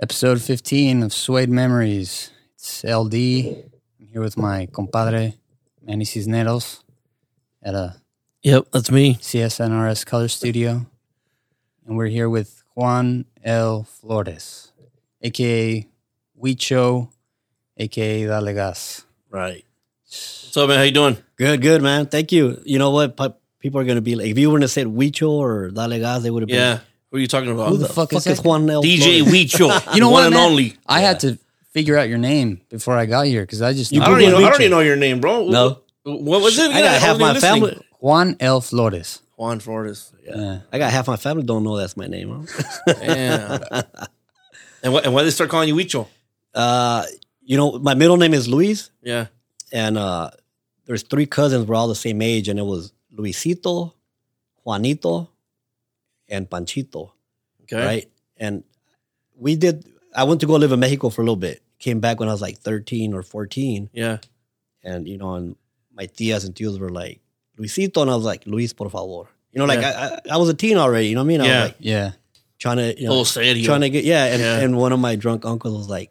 Episode 15 of Suede Memories. It's LD. I'm here with my compadre, Manny Cisneros, at a Yep, that's me. CSNRS color studio. And we're here with Juan L. Flores, aka Huicho, aka Dale Gas. Right. What's up, man? How you doing? Good, good, man. Thank you. You know what? Pe- People are going to be like, if you wouldn't have said Huicho or Dalegas, they would have been, Yeah. Who are you talking about? who the fuck, is, Juan L. DJ Flores? Weecho. You know one what? and man? only. I had to figure out your name before I got here because I just You I don't, even, I Google don't Weecho. even know your name, bro. No. What was it? I got half my family. Juan L. Flores. Juan Flores. Yeah. I got half my family don't know that's my name. Huh? Yeah. and, what, and why they start calling you Weecho? Uh, you know, my middle name is Luis, Yeah. and uh, there's three cousins. We're all the same age, and it was Luisito, Juanito, and Panchito, Okay. right? And we did. I went to go live in Mexico for a little bit. Came back when I was like 13 or 14, Yeah. and you know, and my tias and tios were like Luisito, and I was like Luis, por favor. You know, like I, I, I was a teen already. You know what I mean? I Yeah. was like Yeah. trying to, you know, Oh, serio. trying to get yeah and, Yeah. and one of my drunk uncles was like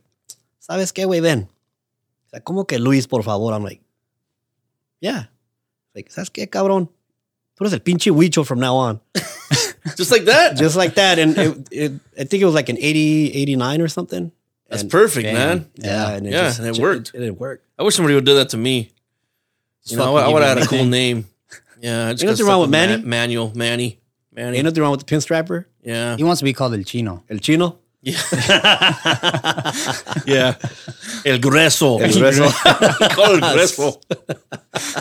sabes qué güey ven O sea, como que Luis por favor I'm like yeah like sabes qué cabrón tú eres el pinche huicho from now on Just like that? just like that and it, it, I think it was like an 80 89 or something That's And- perfect, Damn. man. yeah and it, Yeah, just, and it worked. it, it worked I wish somebody would do that to me. You know, I, Fucking would give have me had a cool anything. name. Yeah. I just Ain't got nothing stuck wrong with Manny. Ma- Manuel. Manny. Manny. ain't nothing wrong with the pinstriper yeah. He wants to be called El Chino. el chino Yeah. yeah. El grueso. El grueso. Call it grueso.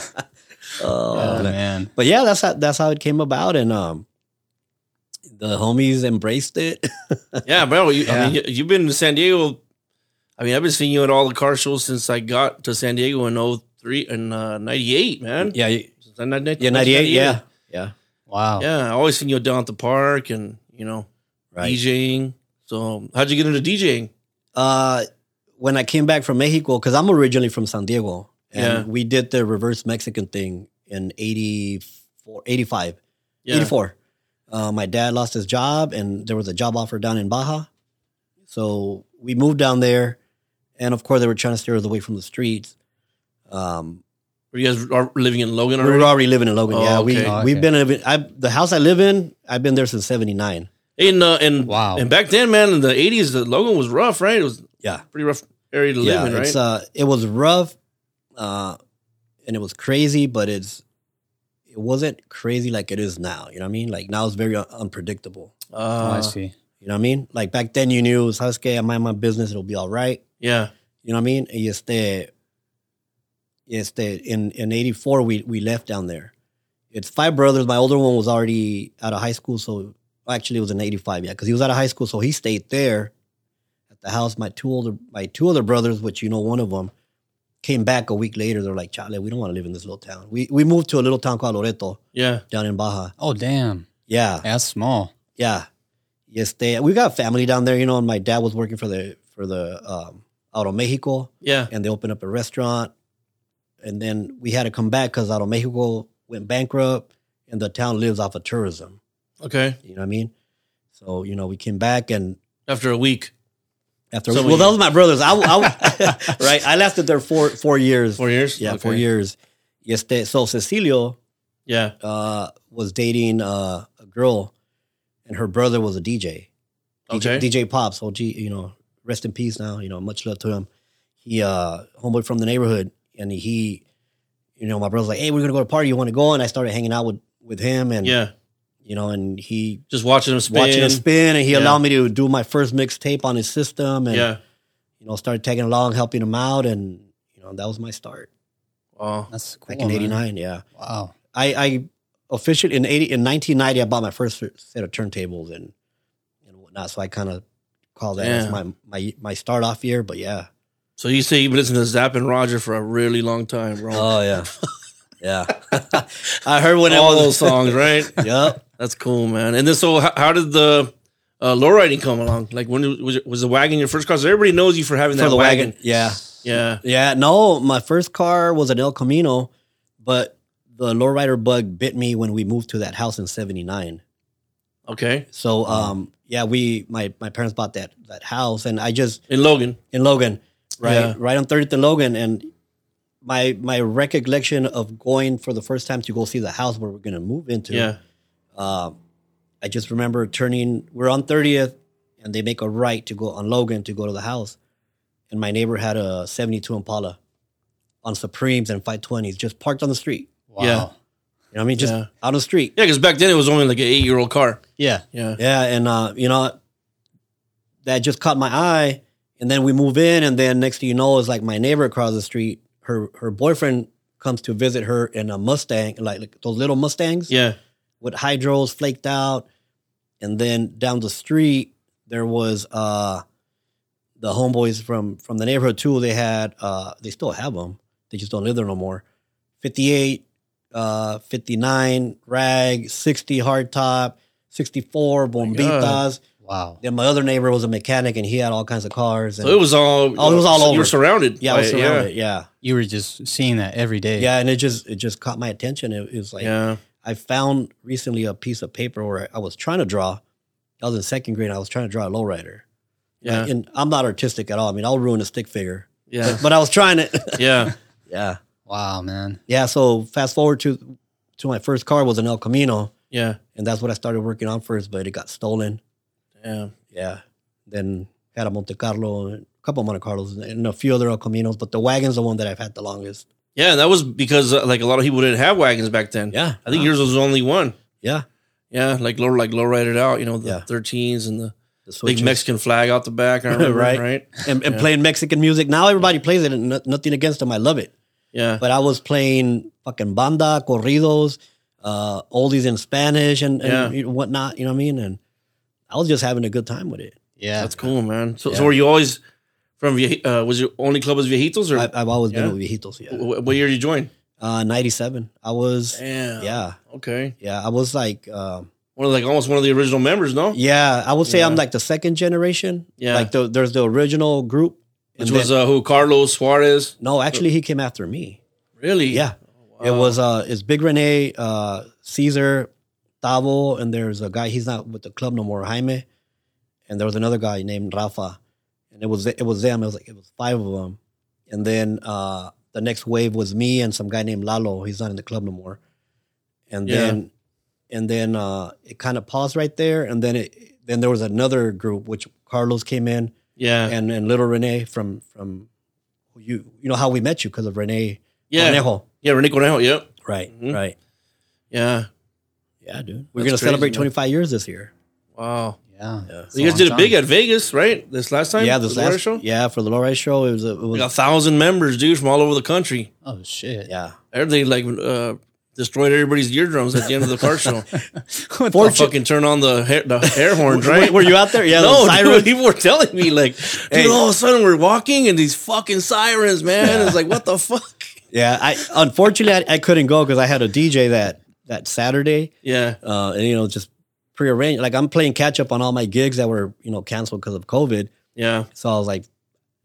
Oh, Oh, man. man. but yeah that's how, that's how it came about and um the homies embraced it Yeah, bro. You, I Yeah. mean, you- you've been to San Diego. I mean, I've been seeing you at all the car shows since I got to San Diego in 03 and uh, 98, man. yeah you- Since I- I- yeah 98 yeah yeah Wow. Yeah, I always seen you down at the park and, you know, DJing. So, how'd you get into DJing? Uh, when I came back from Mexico, because I'm originally from San Diego, Yeah. and we did the reverse Mexican thing in 84, 85, Yeah. 84. Uh, my dad lost his job, and there was a job offer down in Baja. So we moved down there, and of course, they were trying to steer us away from the streets. Um, Were you guys are living in Logan we already? were already living in Logan. Oh, yeah, we okay. Oh, we've okay. been living- I, the house I live in. I've been there since '79. And, uh, and, Wow. and back then, man, in the 80s, the Logan was rough, right? It was Yeah, pretty rough area to live in, right? It's, uh, it was rough, uh, and it was crazy, but it's it wasn't crazy like it is now. You know what I mean? Like now it's very un- unpredictable. Oh, uh, I see. You know what I mean? Like back then, you knew "Sabes que? I mind my business; it'll be all right." yeah. You know what I mean? Y este, y este, in in '84, we we left down there. It's five brothers. My older one was already out of high school, so actually it was in '85, yeah, because he was out of high school, so he stayed there at the house. My two older my two other brothers, which you know, one of them came back a week later. They're like, "Chale, we don't want to live in this little town." We we moved to a little town called Loreto Yeah. down in Baja. Oh, damn. Yeah, That's small. yeah. Yes, they. We got family down there, you know. And my dad was working for the for the um, Auto Mexico Yeah. and they opened up a restaurant. And then we had to come back because out of Mexico went bankrupt and the town lives off of tourism. Okay. You know what I mean? So, you know, we came back and After a week, after, So well, we- those were my brothers. I, I- right. I lasted there four, four years. four years. yeah, Okay. four years. Yes. they- So Cecilio Yeah. uh, was dating uh, a girl and her brother was a DJ. DJ, Okay. DJ Pops, OG, you know, rest in peace now, you know, much love to him. He uh homeboy from the neighborhood and he you know, my brother's like, Hey, we're gonna go to a party, you wanna go? And I started hanging out with with him and yeah. you know, and he Just watching them spin. watching him spin and he Yeah. allowed me to do my first mixtape on his system and Yeah. you know, started tagging along, helping him out and you know, that was my start Wow. That's cool. back in man. eighty nine, yeah. Wow. I, I officially in eighty in nineteen ninety I bought my first set of turntables and and whatnot. So I kind of call that as Yeah. my, my my start off year. But yeah. So you say you've been listening to Zapp and Roger for a really long time, bro. Uh, yeah. yeah. I heard when Oh, All it those was songs, right? Yep. That's cool, man. And then, so how, how did the uh, lowriding come along? Like, when was, it, was the wagon your first car? So everybody knows you for having For that the wagon. wagon. Yeah. Yeah. Yeah. No, my first car was an El Camino, but the lowrider bug bit me when we moved to that house in seventy nine. Okay. So um yeah, we my my parents bought that that house, and I just in Logan. in Logan, right, Yeah. right on 30th and Logan, and my my recollection of going for the first time to go see the house where we're gonna move into. Yeah. Uh, I just remember turning. We're on 30th, and they make a right to go on Logan to go to the house, and my neighbor had a 72 Impala on Supremes and 520s, just parked on the street. Wow. Yeah. You know what I mean? Just Yeah. out on the street. Yeah, because back then it was only like an eight year old car. Yeah. Yeah. Yeah, and uh, you know, that just caught my eye. And then we move in, and then next thing you know, it's like my neighbor across the street, her her boyfriend comes to visit her in a Mustang, like, like those little Mustangs Yeah. with hydros flaked out. And then down the street, there was uh, the homeboys from from the neighborhood too. They had uh, they still have them. They just don't live there no more. Fifty eight, uh, fifty nine rag, sixty hardtop, sixty Oh four bombitas. Wow. Then my other neighbor was a mechanic, and he had all kinds of cars. And, So it was all. Oh, it was all so You over. were surrounded. yeah, I by it, was surrounded. Yeah. You were just seeing that every yeah, day. and it just it just caught my attention. It, it was Yeah. like yeah. I found recently a piece of paper where I was trying to draw. I was in second grade. and I was trying to draw a lowrider. Yeah. And I'm not artistic at all. I mean, I'll ruin a stick figure, Yeah. but I was trying to. Yeah. yeah. Wow, man. Yeah. So fast forward to to my first car was an El Camino, Yeah. and that's what I started working on first. But it got stolen. Yeah. Yeah. Then had a Monte Carlo, a couple of Monte Carlos, and a few other El Caminos. But the wagon's the one that I've had the longest. Yeah. And that was because uh, like a lot of people didn't have wagons back then. Yeah. Uh-huh. I think yours was the only one. Uh, Yeah. Yeah. Like low, like low it out. You know the Yeah. 13s and the The big switches. Mexican flag out the back. I remember. Right. right. and, and playing Mexican music. Now everybody plays it, and no- nothing against them. I love it. Yeah. but I was playing fucking banda, corridos, uh, oldies in Spanish and, and whatnot. You know what I mean? And I was just having a good time with it. Yeah. That's cool, man. So, Yeah. so were you always from? Vie- Uh, was your only club was Viejitos, or I, I've always Yeah. been with Viejitos. wh- Yeah, what year did you join? uh, ninety-seven. I was. Damn. Yeah, Okay. yeah. I was like, um One of like almost one of the original members, no? yeah. I would say I'm Yeah. like the second generation. Yeah. Like the, there's the original group, Which and was then- uh, who? Carlos Suarez. no. Actually, he came after me. Really? Yeah. It Wow. was uh it's Big Rene, uh Caesar, Tavo, and there's a guy he's not with the club no more, Jaime. And there was another guy named Rafa. And it was it was them. It was like it was five of them. And then uh the next wave was me and some guy named Lalo. He's not in the club no more. And Yeah. then and then uh it kind of paused right there and then it then there was another group which Carlos came in Yeah. and and little Rene from from who you you know how we met you because of Rene Yeah. Cornejo. Yeah. Rene Cornejo. Yep. Right, Mhm. right. Yeah. Yeah, dude. We're That's gonna crazy, celebrate man. 25 years this year. Wow. Yeah. Yeah, So you guys long did it time. big at Vegas, right? This last time? yeah. This The Laura last show? yeah for the Lowry show, it was a, it Like a was thousand members, dude, from all over the country. Oh shit. yeah. Everything like uh, destroyed everybody's eardrums at the end of the car show. Or Fortune- fucking turn on the hair, the air horns, Wait, right? were you out there? Yeah, no, the siren. dude, people were telling me like, dude, Hey. all of a sudden we're walking and these fucking sirens, man. It's like, what the fuck? Yeah, I unfortunately I, I couldn't go because I had a DJ that that Saturday, Yeah, uh, and you know just prearranged. Like I'm playing catch up on all my gigs that were you know canceled because of COVID. yeah, So I was like,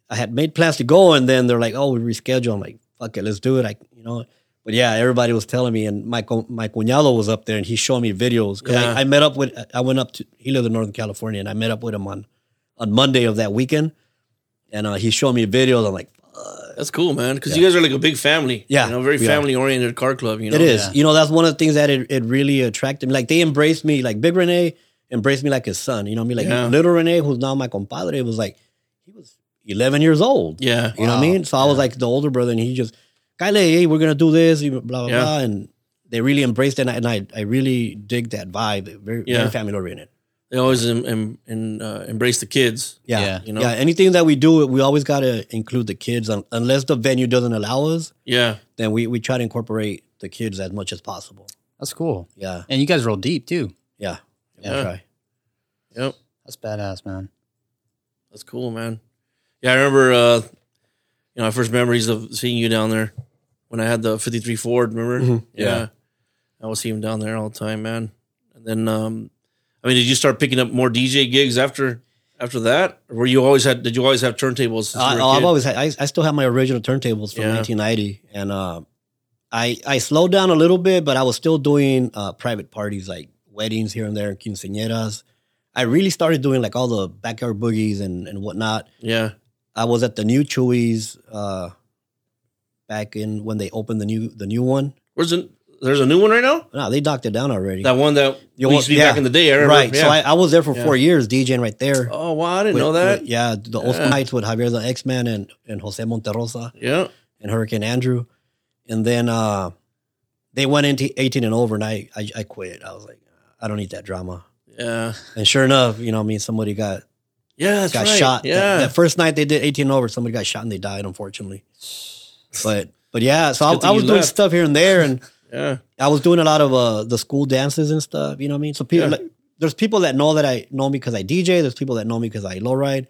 I had made plans to go, and then they're like, "Oh, we reschedule." I'm like, "Fuck it, let's do it." I, you know, but yeah, everybody was telling me, and my co- my cuñado was up there, and he showed me videos because Yeah. I, I met up with I went up to he lived in Northern California, and I met up with him on on Monday of that weekend, and uh, he showed me videos. I'm like, that's cool, man. Because you guys are like a big family. Yeah, you know, very we are. family oriented car club. You know, It is. Yeah. You know, that's one of the things that it, it really attracted me. Like they embraced me, like Big Rene embraced me like his son. You know what I mean? Like Yeah. little Rene, who's now my compadre, was like he was eleven years old. Yeah, You know what I Wow. mean? So I was like the older brother, and he just, Kyle, hey, we're gonna do this, you- blah blah Yeah. blah, and they really embraced it, and I, and I, I really dig that vibe, very, Yeah. very family oriented. they always em- em- em- uh, embrace the kids. Yeah, Yeah. yeah, You know? Anything that we do, we always gotta include the kids, un- unless the venue doesn't allow us. Yeah, Then we we try to incorporate the kids as much as possible. That's cool. Yeah, And you guys roll deep too. yeah, We Yeah. try. yep, That's badass, man. that's cool, man. Yeah, I remember. Uh, you know, my first memories of seeing you down there when I had the '53 Ford. Remember? Mhm. Yeah. I would see him down there all the time, man. And then, um, I mean, did you start picking up more DJ gigs after after that? Or were you always had? Did you always have turntables? Since I, you were a oh, I've kid? always had, I, I still have my original turntables from Yeah. 1990, and uh, I I slowed down a little bit, but I was still doing uh, private parties like weddings here and there, quinceañeras. I really started doing like all the backyard boogies and, and whatnot. Yeah. I was at the new Chewy's uh, back in when they opened the new the new one. Where's the, there's a new one right now? No, they docked it down already. That one that You we want- used to be yeah. back in the day. I remember. right. Yeah. So I, I was there for Yeah. four years DJing right there. oh, wow. I didn't With- know that. with- yeah, the old Yeah. nights with Javier the X Man and, and Jose Monterrosa yeah. and Hurricane Andrew. And then uh, they went into 18 and over, and I, I, I quit. I was like, I don't need that drama. Yeah. And sure enough, you know, I mean, somebody got Yeah. That's got right. shot. That- Yeah. That, first night they did 18 over, somebody got shot and they died, unfortunately. But but yeah, so Good I, thing I was you doing left. stuff here and there, and yeah. I was doing a lot of uh, the school dances and stuff. You know what I mean? So people, Yeah. like, there's people that know that I know me because I DJ. There's people that know me because I lowride,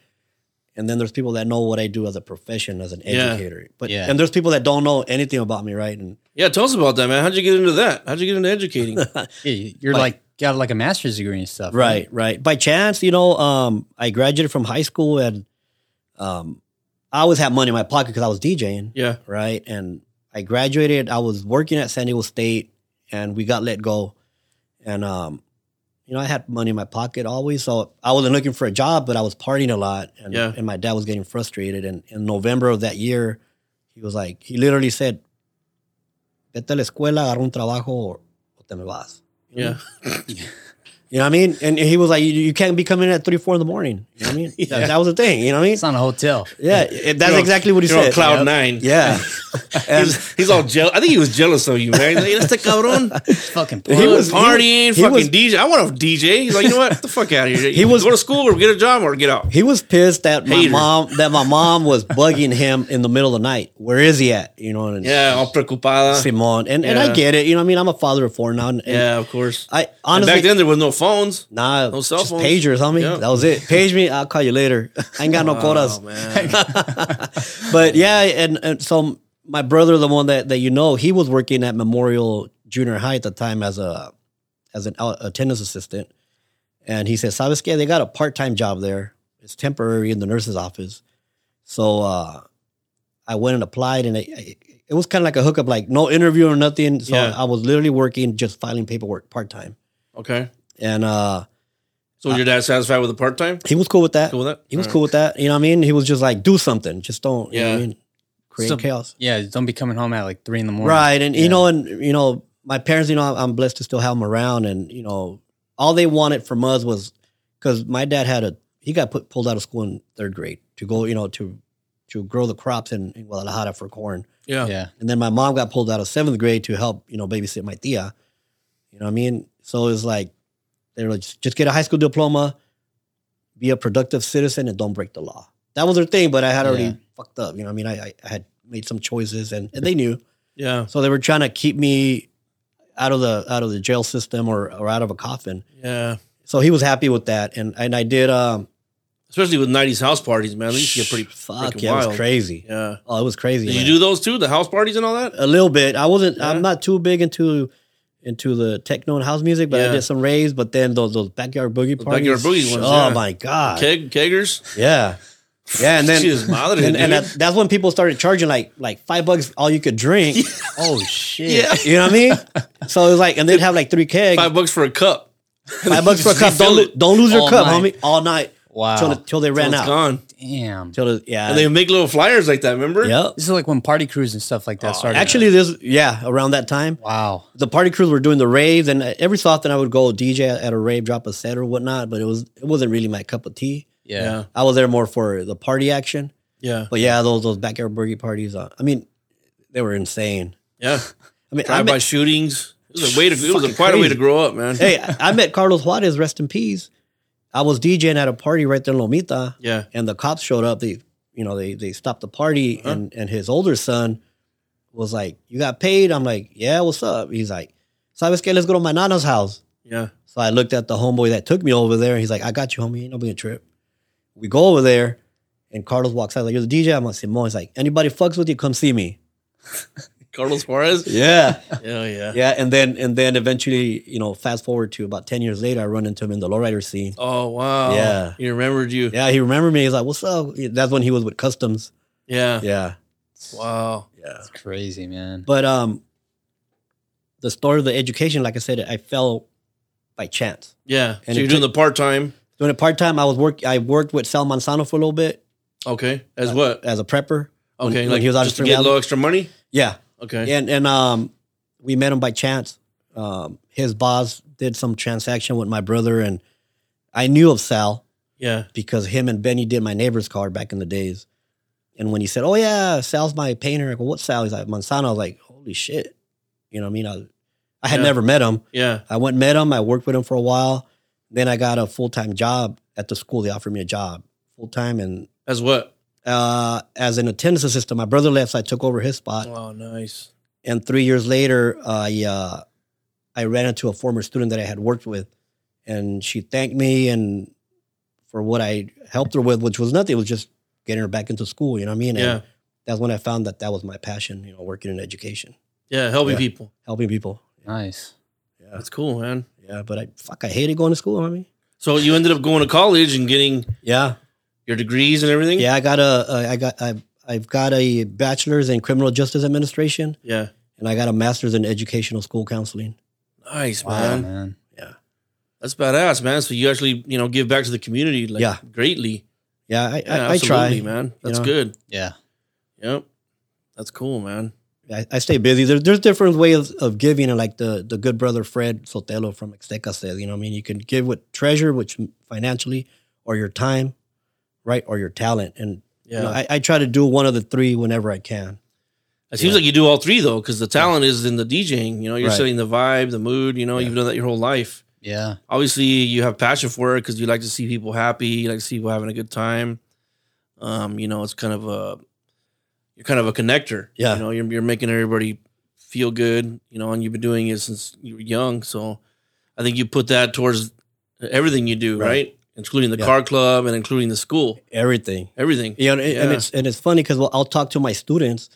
and then there's people that know what I do as a profession as an Yeah. educator. But Yeah. and there's people that don't know anything about me, right? And Yeah. Tell us about that, man. How'd you get into that? How'd you get into educating? Yeah, you- you're like, Like- got like a master's degree and stuff. Right, right. By chance, you know, um, I graduated from high school and um, I always had money in my pocket because I was DJing, yeah. right? And I graduated. I was working at San Diego State, and we got let go. And um, you know, I had money in my pocket always, so I wasn't looking for a job, but I was partying a lot, and Yeah. and my dad was getting frustrated. And in November of that year, he was like, he literally said, "Vete a la escuela, agarra un trabajo, or o te me vas." Yeah. You know what I mean? And he was like, you, you can't be coming in at three, four in the morning. You know what I mean? That- Yeah. that, was the thing. You know what I mean? It's not a hotel. Yeah, it- that's You're on- exactly what he You're said. on cloud Yep. nine. Yeah. And He's, he's all jealous. I think he was jealous of you, man. He's like, that's the cabron. It's fucking He porn. was was- partying, he fucking was- DJ. I want to DJ. He's like, you know what? Get the fuck out of here. He was- go to school or get a job or get out. he was pissed that my Hater. mom that my mom was bugging him in the middle of the night. Where is he at? You know, and Yeah, all preocupada. Simon. And and Yeah. I get it. You know what I mean? I'm a father of four now. And, and yeah, of course. I And honestly back then there was no phones. nah no cell just phones. pagers, homie. Yeah. That was it. Page me, I'll call you later. I ain't got no quotas. Oh man. but yeah, and, and so my brother, the one that, that you know, he was working at Memorial Junior High at the time as a as an out- attendance assistant, and he said, "Sabes que? They got a part time job there. It's temporary in the nurse's office." So uh, I went and applied, and I, I, it was kind of like a hookup, like no interview or nothing. So Yeah. I was literally working, just filing paperwork part time, Okay. and uh, So was your dad satisfied with the part time? he was cool with that. Cool with that? He was All cool with that. You know what I mean? He was just like, do something. Just don't. You know what Yeah. I mean? Create So- chaos. Yeah, don't be coming home at like three in the morning. Right. And, Yeah. you know, and, you know, my parents, you know, I'm- I'm blessed to still have them around. And, you know, all they wanted from us was because my dad had a, he got put, pulled out of school in third grade to go, you know, to, to grow the crops in, in Guadalajara for corn. Yeah. Yeah. And then my mom got pulled out of seventh grade to help, you know, babysit my tia. You know what I mean? So it's like, they were like, just, just get a high school diploma, be a productive citizen, and don't break the law. That was their thing, but I had already Yeah. fucked up. You know what I mean? I, I, I had made some choices and, and they knew. Yeah. So they were trying to keep me out of the out of the jail system or, or out of a coffin. Yeah. So he was happy with that, and and I did. Um, Especially with nineties house parties, man. They used to get pretty fuck. freaking Yeah, it wild. was crazy. Yeah. Oh, it was crazy. Did man. you do those too? The house parties and all that? a little bit? I wasn't. Yeah. I'm not too big into into the techno and house music, but Yeah. I did some raves. But then those those backyard boogie Those parties. backyard boogie ones, Oh yeah. my god. Keg keggers? Yeah. Yeah, and then Jesus, madre, and, and dude. that, that's when people started charging like like five bucks all you could drink. Oh shit. Yeah. You know what I mean? So it was like, and they'd have like three kegs. Five bucks for a cup. Five bucks for a Just cup. Don't, refill lo- it. don't lose your All cup, night. homie. All night. Wow. Till, till they ran It's out. gone. Damn. Till the, yeah. And they make little flyers like that, remember? yep. This is like when party crews and stuff like that started. Actually, this yeah around that time, wow. the party crews were doing the raves, and every so often I would go DJ at a rave, drop a set or whatnot. But it was it wasn't really my cup of tea. Yeah. I was there more for the party action. Yeah. But yeah, those those backyard boogie parties. Uh, I mean, they were insane. Yeah. I mean, I Drive by met, shootings. It was a way to it was a Fucking quite a way crazy. to grow up, man. hey, I met Carlos Juarez, rest in peace. I was DJing at a party right there in Lomita. Yeah. and the cops showed up. They, you know, they they stopped the party, Uh-huh. and and his older son was like, "You got paid?" I'm like, "Yeah, what's up?" He's like, "Sabes que? Let's go to my nana's house." Yeah. So I looked at the homeboy that took me over there, and he's like, "I got you, homie. Ain't no big trip." We go over there, and Carlos walks out like, "You're the DJ." I'm like, "Simon." He's like, "Anybody fucks with you, come see me." Carlos Juarez. Yeah, Yeah, yeah. yeah. And then and then eventually, you know, fast forward to about ten years later, I run into him in the lowrider scene. Oh wow. Yeah. He remembered you. Yeah, he remembered me. He's like, "What's up?" That's when he was with Customs. Yeah. Yeah, Wow. yeah. It's crazy, man. But um, the story of the education, like I said, I fell by chance. Yeah. so And it you're doing the part time. Doing it part time. I was work. I worked with Sal Manzano for a little bit Okay. As what? as a prepper. Okay. Uh, when like he was out just of to get a Trinidad. little extra money. Yeah, Okay. and and um, we met him by chance. Um, his boss did some transaction with my brother, and I knew of Sal Yeah. because him and Benny did my neighbor's car back in the days. And when he said, "Oh yeah, Sal's my painter," I go, "What Sal?" He's like Monsanto. I was like, "Holy shit!" You know what I mean? I, I had Yeah. never met him. Yeah. I went and met him. I worked with him for a while. Then I got a full time job at the school. They offered me a job full time and As what? uh, as an attendance assistant. My brother left, so I took over his spot. Oh, nice. And three years later, I uh, I ran into a former student that I had worked with, and she thanked me and for what I helped her with, which was nothing. It was just getting her back into school. You know what I mean? Yeah. And that's when I found that that was my passion. You know, working in education, Yeah. Helping Yeah. people. helping people. Nice. Yeah, That's cool, man. yeah. But I fuck, I hated going to school. I mean, So you ended up going to college and getting yeah. your degrees and everything. Yeah, I got a, a I got I I've got a bachelor's in criminal justice administration Yeah. and I got a master's in educational school counseling. Nice, Wow, man. man. That's badass, man. So you actually, you know, give back to the community like Yeah. greatly. Yeah, I Yeah, I, I absolutely, try. man. That's know? good. Yeah. Yep. That's cool, man. I, I stay busy. There's there's different ways of giving, and like the the good brother Fred Sotelo from Exteca says, you know, what I mean, you can give with treasure, which financially, or your time, right, or your talent, and Yeah. you know, I, I try to do one of the three whenever I can. it seems yeah. like you do all three though, because the talent is in the DJing. You know, you're Right. setting the vibe, the mood, you know, Yeah. you've done that your whole life. Yeah. Obviously, you have passion for it because you like to see people happy, you like to see people having a good time. Um, you know, it's kind of a you're kind of a connector. Yeah. You know, you're you're making everybody feel good, you know, and you've been doing it since you were young. So I think you put that towards everything you do, right? Right. Including the Yeah. car club and including the school. Everything. Everything. You know, and, Yeah. and it's and it's funny because well, I'll talk to my students,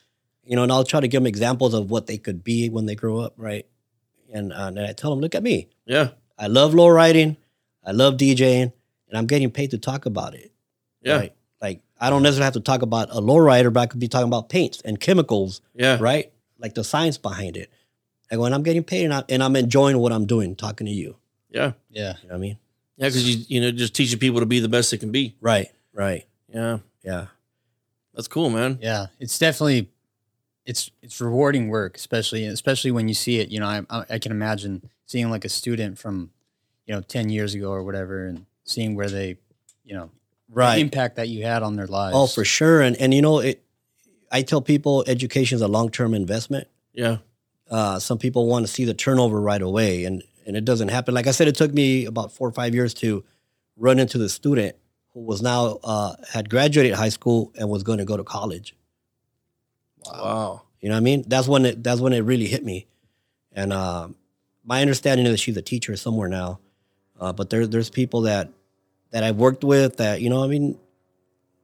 you know, and I'll try to give them examples of what they could be when they grow up, right? And uh, and I tell them, look at me, Yeah. I love low riding, I love DJing, and I'm getting paid to talk about it. Yeah. right? Like I don't necessarily have to talk about a low rider, but I could be talking about paints and chemicals, Yeah. right? Like the science behind it. I go, and I'm getting paid, and, I, and I'm enjoying what I'm doing, talking to you. Yeah. Yeah. You know what I mean? Yeah, because you you know just teaching people to be the best they can be. Right, right, Yeah, yeah, that's cool, man. Yeah. It's definitely it's it's rewarding work, especially especially when you see it. You know, I I I can imagine seeing like a student from, you know, ten years ago or whatever, and seeing where they, you know, the right. impact that you had on their lives. Oh, for sure. And and you know, it. I tell people education is a long term investment. Yeah, uh, some people want to see the turnover right away and and it doesn't happen like i said it took me about four or five years to run into the student who was now uh, had graduated high school and was going to go to college wow. you know what i mean that's when it that's when it really hit me and um, my understanding is that she's a teacher somewhere now uh, but there, there's people that that i've worked with that you know i mean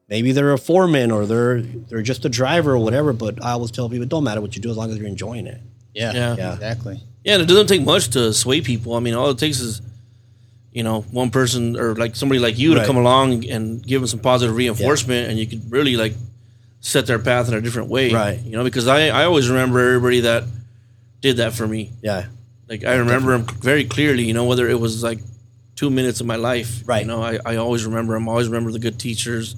maybe they're a foreman or they're they're just a driver or whatever but i always tell people it don't matter what you do as long as you're enjoying it yeah, Yeah. Yeah. exactly. Yeah, and it doesn't take much to sway people. I mean, all it takes is you know one person or like somebody like you to Right. come along and give them some positive reinforcement, and you could really like set their path in a different way. Right. You know, because I I always remember everybody that did that for me. yeah Like I remember them very clearly. You know, whether it was like two minutes of my life. Right. You know, I, I always remember them. I always remember the good teachers,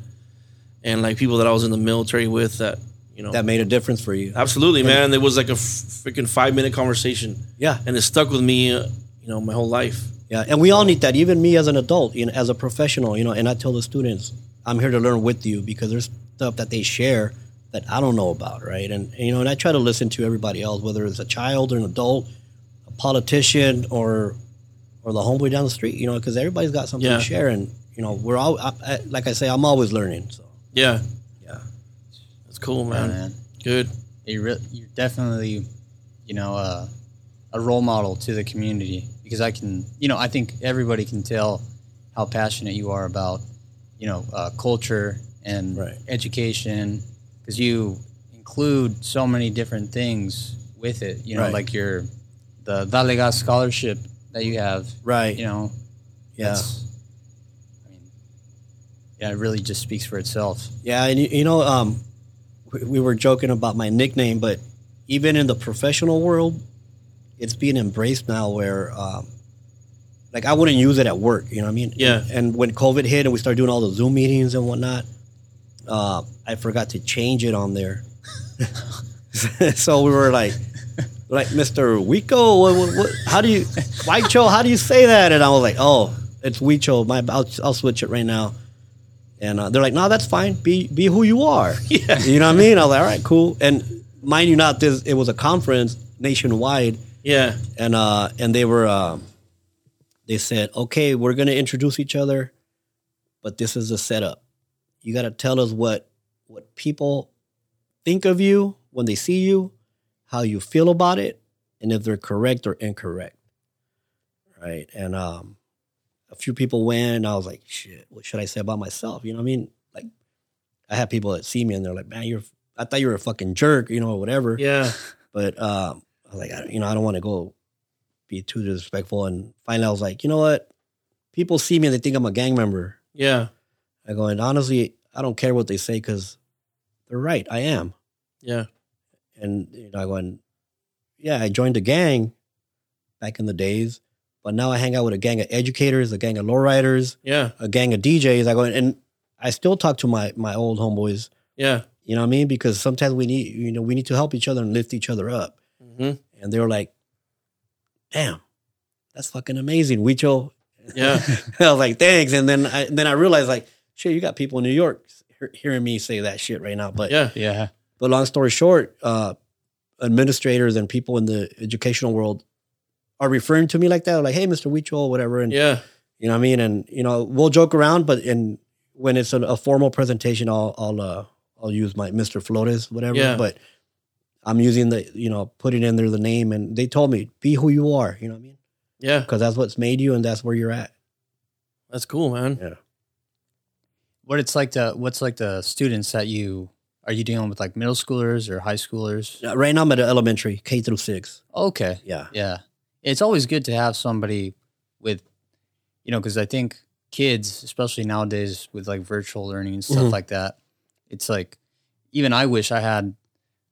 and like people that I was in the military with. That you know. that made a difference for you absolutely, man. It was like a f- freaking five minute conversation, yeah and it stuck with me. Uh, you know, my whole life. Yeah, and we all need that. Even me as an adult, you know, as a professional, you know, and I tell the students, I'm here to learn with you because there's stuff that they share that I don't know about, right? And, and, you know, and I try to listen to everybody else, whether it's a child or an adult, a politician or or the homeboy down the street, you know, because everybody's got something Yeah. to share, and you know, we're all I, I, like I say, I'm always learning. So Yeah, yeah, that's cool, Yeah, man. man. Good. You re- you're definitely, you know, uh, a role model to the community because I can, you know, I think everybody can tell how passionate you are about, you know, uh, culture and Right. education because you include so many different things with it. You know, Right. like your the Valega scholarship that you have. right, You know, yeah. that's- I mean, yeah, it really just speaks for itself. Yeah, and you, you know, um, we, we were joking about my nickname, but even in the professional world, it's being embraced now. Where, um, like I wouldn't use it at work. You know what I mean? Yeah. And when COVID hit and we started doing all the Zoom meetings and whatnot, uh, I forgot to change it on there. so we were like, like Mr. Wico, what, what, what, how do you, Wicho, how do you say that? And I was like, oh, it's Wicho. My, I'll, I'll switch it right now. And uh, they're like, no, that's fine. Be be who you are. Yeah. You know what I mean? I was like, all right, cool. And mind you, not this. It was a conference nationwide Yeah. and uh and they were um they said okay we're gonna introduce each other but this is the setup you gotta tell us what what people think of you when they see you how you feel about it and if they're correct or incorrect right and um a few people went and i was like shit what should i say about myself you know what i mean like i have people that see me and they're like man you're i thought you were a fucking jerk you know or whatever Yeah. but um, I was like, I, you know, I don't want to go be too disrespectful. And finally, I was like, you know what? People see me and they think I'm a gang member. Yeah. I go, and honestly, I don't care what they say because they're right. I am. Yeah. And you know, I go, and yeah, I joined a gang back in the days, but now I hang out with a gang of educators, a gang of lowriders, Yeah. a gang of DJs. I go, and I still talk to my my old homeboys. Yeah. You know what I mean? Because sometimes we need, you know, we need to help each other and lift each other up. hmm And they were like, damn, that's fucking amazing, Wicho. Yeah. I was like, thanks. And then I then I realized like, shit, you got people in New York hear- hearing me say that shit right now. But Yeah. Yeah. but long story short, uh, administrators and people in the educational world are referring to me like that, like, hey, Mr. Wicho, whatever. And Yeah. you know what I mean? And you know, we'll joke around, but in when it's a, a formal presentation, I'll I'll uh, I'll use my Mr. Flores, whatever. Yeah. But I'm using the you know putting in there the name, and they told me be who you are. You know what I mean? Yeah. Because that's what's made you, and that's where you're at. That's cool, man. What it's like to what's like the students that you are you dealing with like middle schoolers or high schoolers? Uh, Right now, I'm at an elementary K through six. Okay. Yeah, Yeah. It's always good to have somebody with, you know, because I think kids, especially nowadays with like virtual learning and stuff Mhm. like that, it's like, even I wish I had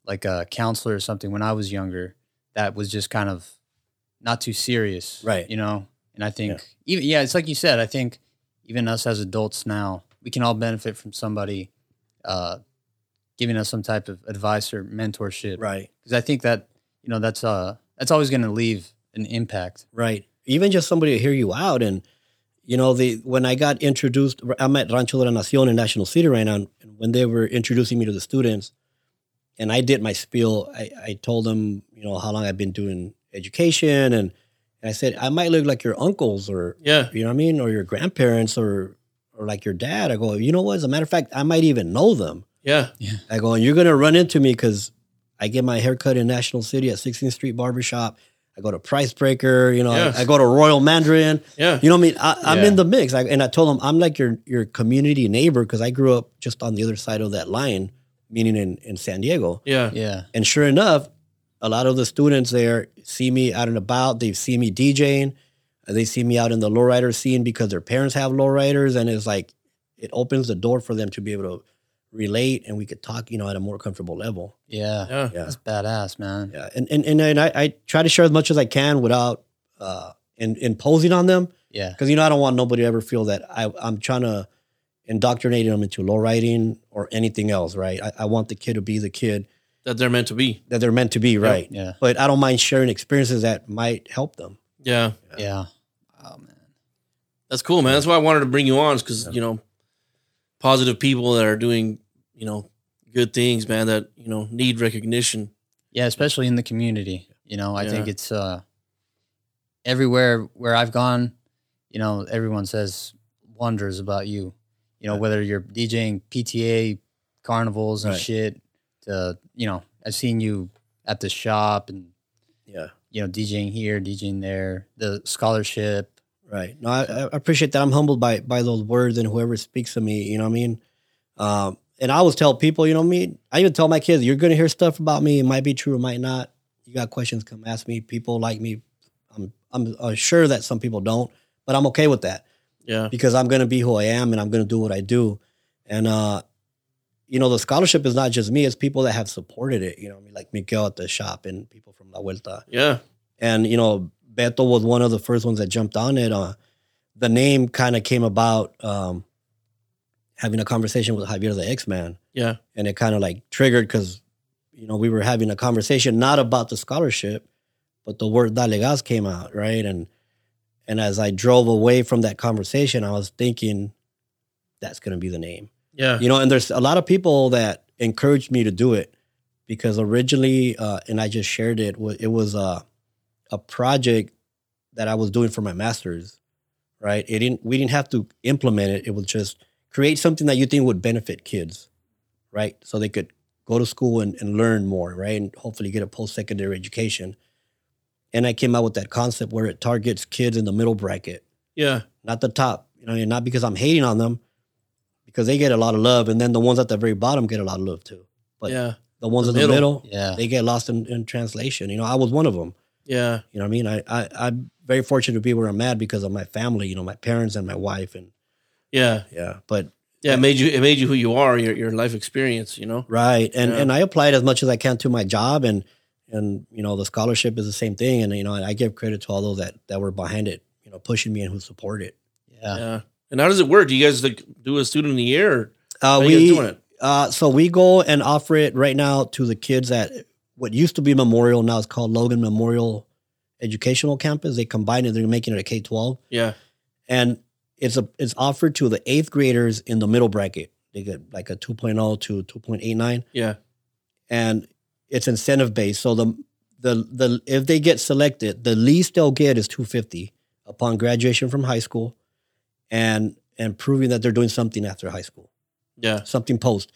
like a counselor or something when I was younger that was just kind of not too serious. Right. You know, and I think, even, yeah, it's like you said, I think even us as adults now, we can all benefit from somebody uh, giving us some type of advice or mentorship right, because I think that you know that's uh that's always going to leave an impact. right. Even just somebody to hear you out, and you know, the when I got introduced, I'm at Rancho de la Nacion in National City right now, and when they were introducing me to the students, and I did my spiel. I, I told them, you know, how long I've been doing education, and, and I said I might look like your uncles or Yeah. you know what I mean, or your grandparents or or like your dad. I go, you know what? As a matter of fact, I might even know them. Yeah. I go, and you're gonna run into me because I get my haircut in National City at 16th Street Barbershop. I go to Price Breaker, you know, Yeah. I, I go to Royal Mandarin. Yeah. You know what I mean? I, I'm Yeah. in the mix. I, and I told him I'm like your your community neighbor because I grew up just on the other side of that line, meaning in, in San Diego. Yeah. Yeah, And sure enough, a lot of the students there see me out and about. They see me DJing. and They see me out in the lowrider scene because their parents have lowriders, and it's like it opens the door for them to be able to relate, and we could talk, you know, at a more comfortable level. yeah, Yeah. Yeah, that's badass, man. yeah. And and and, and I, I try to share as much as I can without uh, in, imposing on them Yeah, because you know I don't want nobody to ever feel that I, I'm trying to indoctrinate them into lowriding or anything else, right? I, I want the kid to be the kid That they're meant to be. that they're meant to be, right? yeah, but I don't mind sharing experiences that might help them. Yeah. yeah. Oh man, That's cool, man. That's why I wanted to bring you on, because Yeah. you know, positive people that are doing you know good things, man. That you know need recognition. yeah, especially in the community. You know, I think Yeah. it's uh everywhere where I've gone. You know, everyone says wonders about you. You know, Yeah. whether you're DJing PTA carnivals and Right. shit. To you know, I've seen you at the shop and Yeah, you know DJing here, DJing there. The scholarship. right. No, I, I appreciate that. I'm humbled by by those words and whoever speaks to me. You know what I mean? Um, and I always tell people, you know what I mean? I even tell my kids, you're gonna hear stuff about me. It might be true, it might not. You got questions, come ask me. People like me. I'm I'm uh, sure that some people don't, but I'm okay with that. Yeah. because I'm going to be who I am and I'm going to do what I do. And, uh, you know, the scholarship is not just me, it's people that have supported it, you know, what I mean, like Miguel at the shop and people from La Vuelta. Yeah. And, you know, Beto was one of the first ones that jumped on it. Uh, the name kind of came about um, having a conversation with Javier the X Man, Yeah. and it kind of like triggered because you know we were having a conversation not about the scholarship, but the word Dalegas came out right, and and as I drove away from that conversation, I was thinking that's going to be the name Yeah. you know and there's a lot of people that encouraged me to do it because originally uh, and i just shared it wa- it was a, a project that i was doing for my masters right it didn't we didn't have to implement it it was just create something that you think would benefit kids right so they could go to school and, and learn more right and hopefully get a post-secondary education and i came out with that concept where it targets kids in the middle bracket Yeah. not the top. You know, and not because I'm hating on them, because they get a lot of love, and then the ones at the very bottom get a lot of love too. But Yeah. the ones The in the middle. middle, Yeah. they get lost in, in translation. You know, I was one of them. Yeah. You know what I mean? I, I I'm very fortunate to be where I'm at because of my family. You know, my parents and my wife, and Yeah. yeah. But Yeah. It made you. It made you who you are. Your your life experience. You know. right, and Yeah. and I applied as much as I can to my job, and and you know the scholarship is the same thing, and you know I give credit to all those that that were behind it, you know, pushing me and who support it. Yeah. Yeah. And how does it work? Do you guys like do a student of the year? Or Uh, how are we you guys doing it? Uh, so we go and offer it right now to the kids at what used to be Memorial, now it's called Logan Memorial Educational Campus. They combined it; they're making it a K twelve, Yeah. and it's a it's offered to the eighth graders in the middle bracket. They get like a 2.0 to two point eight nine, Yeah. and it's incentive based. So the the the if they get selected, the least they'll get is two fifty upon graduation from high school, and and proving that they're doing something after high school Yeah. something post.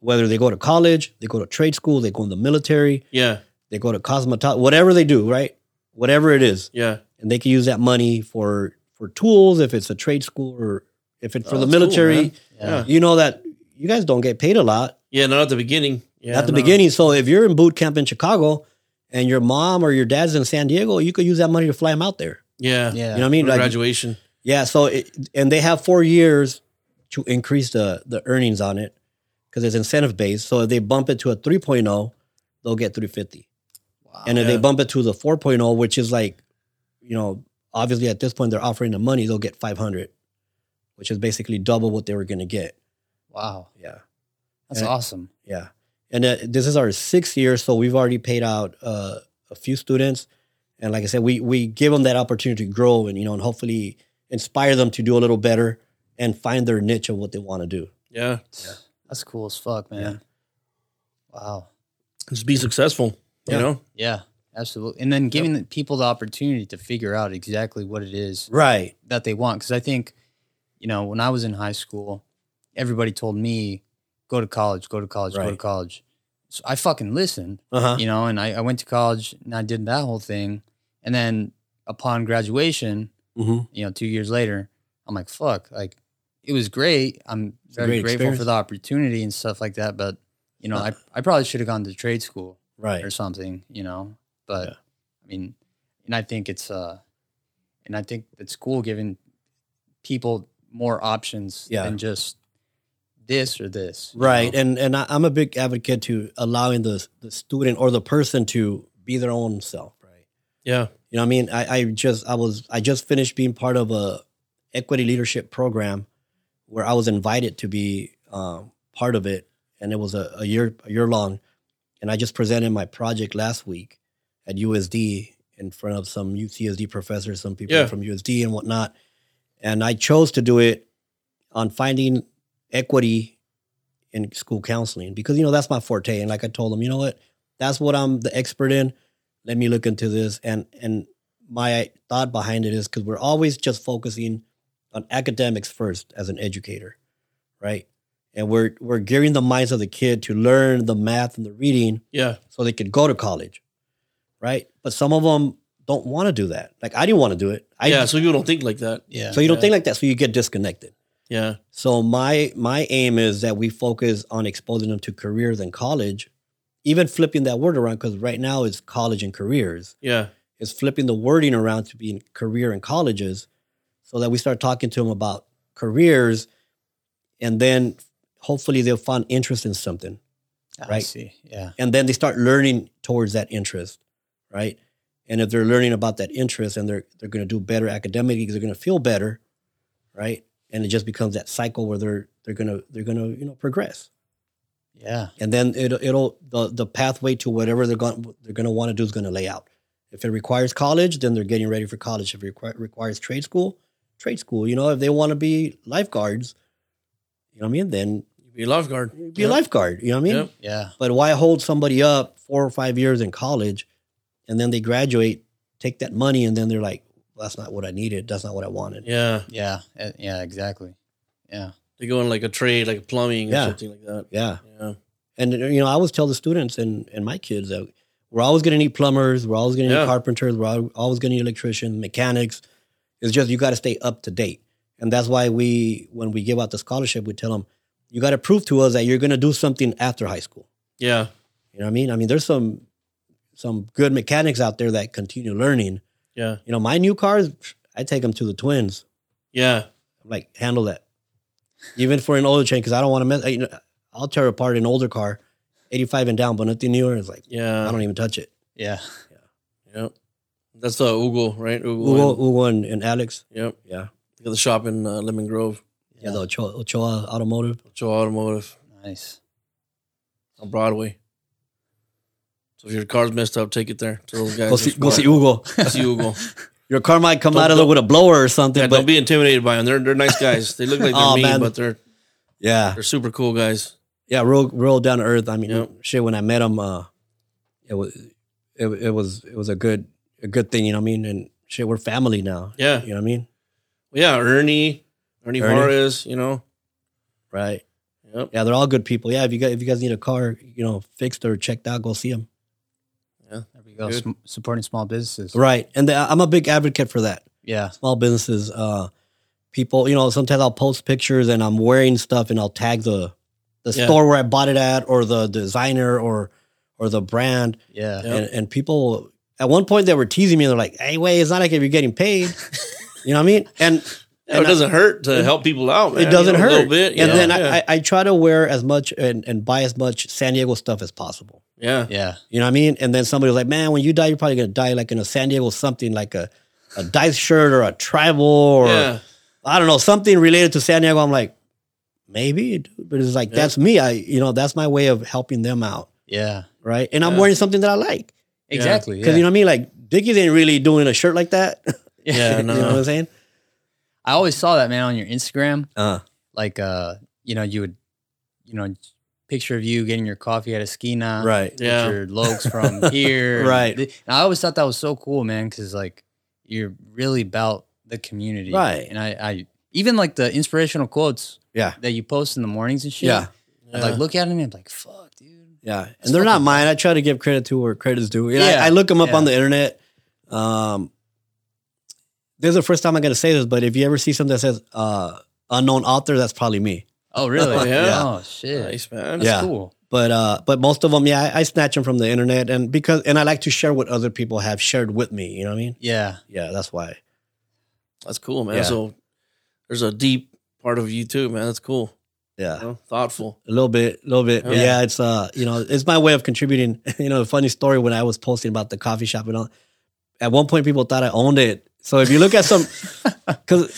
Whether they go to college, they go to trade school, they go in the military, Yeah. they go to cosmetology, whatever they do, right? Whatever it is, Yeah. and they can use that money for for tools if it's a trade school or if it's for Oh, the that's cool, military. man. Yeah. you know that you guys don't get paid a lot Yeah. Not at the beginning. Yeah. at the no. beginning. So if you're in boot camp in Chicago and your mom or your dad's in San Diego, you could use that money to fly them out there. Yeah. Yeah. You know what I mean? For Like, graduation. yeah, so it, and they have four years to increase the the earnings on it because it's incentive based. So if they bump it to a 3.0, they'll get 350. Wow. And if they Yeah. bump it to the 4.0, which is like, you know, obviously at this point they're offering the money, they'll get 500, which is basically double what they were going to get. wow. Yeah. That's And- awesome. Yeah. And uh, this is our sixth year, so we've already paid out uh, a few students. And like I said, we we give them that opportunity to grow and you know, and hopefully inspire them to do a little better and find their niche of what they want to do. Yeah. That's cool as fuck, man. Wow. Just be successful. Yeah. You know. Yeah. Absolutely. And then giving the people the opportunity to figure out exactly what it is Right. that they want. Cause I think, you know, when I was in high school, everybody told me, go to college, go to college, go to Right. college. So I fucking listened, Uh huh. you know, and I, I went to college and I did that whole thing. And then upon graduation, Mm-hmm. you know, two years later, I'm like, fuck, like it was great. I'm a very great grateful experience. for the opportunity and stuff like that. But, you know, I, I probably should have gone to trade school Right. or something, you know, but Yeah. I mean, and I think it's, uh, and I think it's cool giving people more options Yeah. than just this or this. you Right. know? And and I, I'm a big advocate to allowing the the student or the person to be their own self. Right. Yeah. You know what I mean? I, I just I was I just finished being part of a equity leadership program where I was invited to be um, part of it, and it was a, a year a year long, and I just presented my project last week at USD in front of some UCSD professors, some people Yeah. from USD and whatnot, and I chose to do it on finding equity in school counseling because you know that's my forte, and like I told them, you know what, that's what I'm the expert in let me look into this and and my thought behind it is because we're always just focusing on academics first as an educator right and we're we're gearing the minds of the kid to learn the math and the reading Yeah. so they could go to college right but some of them don't want to do that like i didn't want to do it i yeah. So people don't think like that. Yeah. so you don't yeah. think like that so you get disconnected Yeah. so my my aim is that we focus on exposing them to careers and college even flipping that word around because right now it's college and careers Yeah. is flipping the wording around to be in career and colleges so that we start talking to them about careers and then hopefully they'll find interest in something I right. see. Yeah. and then they start learning towards that interest right And if they're learning about that interest and they're they're going to do better academically because they're going to feel better, right? And it just becomes that cycle where they're they're going to they're going to you know progress. Yeah. And then it'll it'll the the pathway to whatever they're going they're going to want to do is going to lay out. If it requires college, then they're getting ready for college. If it requi- requires trade school, trade school. You know, if they want to be lifeguards, you know what I mean, then Be a lifeguard. be a lifeguard. You know what I mean? Yep. Yeah. But why hold somebody up four or five years in college and then they graduate, take that money, and then they're like, well, that's not what I needed. That's not what I wanted. Yeah. Yeah. eh, Yeah. Exactly. Yeah. They go in like a trade, like plumbing or Yeah. something like that. Yeah. Yeah. And, you know, I always tell the students and, and my kids that we're always going to need plumbers, we're always going to need Yeah. carpenters, we're al- always going to need electricians, mechanics. It's just you got to stay up to date. And that's why we, when we give out the scholarship, we tell them, you got to prove to us that you're going to do something after high school. Yeah. You know what I mean? I mean, there's some some good mechanics out there that continue learning. Yeah. You know, my new cars, I take them to the twins. Yeah. I'm like, handle that. Even for an older chain, because I don't want to mess. You know, I'll tear apart an older car, 85 and down, but nothing newer. It's like, I Yeah. don't even touch it. Yeah. Yep. That's uh, Ugo, right? Ugo. Ugo, and- Ugo and, and Alex. Yep. Yeah. They got the shop in uh, Lemon Grove, Yeah, the Ochoa, Ochoa Automotive. Joe Automotive Nice. on Broadway. So if your car's messed up, take it there to those guys. Go see, They're go see smart. Ugo. Go see Ugo. Your car might come Don't- out of there with a blower or something. Yeah, but don't be intimidated by them. They're they're nice guys. They look like they're Aw, mean, man. but they're yeah. they're super cool guys. yeah, real real down to earth. I mean, Yeah. shit. When I met him, uh, it was it, it was it was a good a good thing. You know what I mean? And shit, we're family now. Yeah. You know what I mean? Yeah. Ernie, Ernie, Ernie. Juarez. You know. Right. Yep. Yeah, they're all good people. Yeah, if you guys if you guys need a car, you know, fixed or checked out, go see them. There we go. Good. Sm- supporting small businesses. Right. And the, I'm a big advocate for that. Yeah. Small businesses, uh, people. You know, sometimes I'll post pictures and I'm wearing stuff and I'll tag the the Yeah. store where I bought it at, or the designer, or or the brand. Yeah. Yeah. and, and people at one point they were teasing me. They're like, "Hey, wait, it's not like if you're getting paid." you know what I mean? And Yeah, it And I- doesn't hurt to help people out. Man. it doesn't you know, hurt a little bit. And then I yeah. I, I try to wear as much and, and buy as much San Diego stuff as possible. yeah, Yeah. You know what I mean? And then somebody was like, "Man, when you die, you're probably gonna die like in a San Diego something like a a dice shirt or a tribal or yeah, I don't know something related to San Diego." I'm like, maybe, dude. but it's like Yeah. that's me. I you know that's my way of helping them out, Yeah. right? And I'm Yeah. wearing something that I like. Exactly. Because Yeah. you know what I mean? Like Dickies ain't really doing a shirt like that. Yeah, no. you know what I'm saying? I always saw that man on your Instagram. Uh Like, uh, you know, you would, you know, picture of you getting your coffee at a esquina. right. yeah. Your lokes from here. Right. And I always thought that was so cool, man, because like you're really about the community. Right. And I, I even like the inspirational quotes Yeah. that you post in the mornings and shit. Yeah. I'd like look at them and be like, fuck, dude. Yeah. And they're not mine. I try to give credit to where credit's due. And Yeah. I, I look them up Yeah. on the internet. Um this is the first time I'm gonna say this, but if you ever see something that says uh unknown author, that's probably me. Oh, really? Yeah. Oh, shit. nice man. That's Yeah. cool. But uh but most of them, yeah, I, I snatch them from the internet and because and I like to share what other people have shared with me. You know what I mean? Yeah. Yeah, that's why. That's cool, man. Yeah. So there's a deep part of you too, man. That's cool. Yeah. You know, thoughtful. A little bit, a little bit. But Yeah. Yeah. it's uh, you know, it's my way of contributing. You know, a funny story when I was posting about the coffee shop and all. At one point, people thought I owned it. So if you look at some, because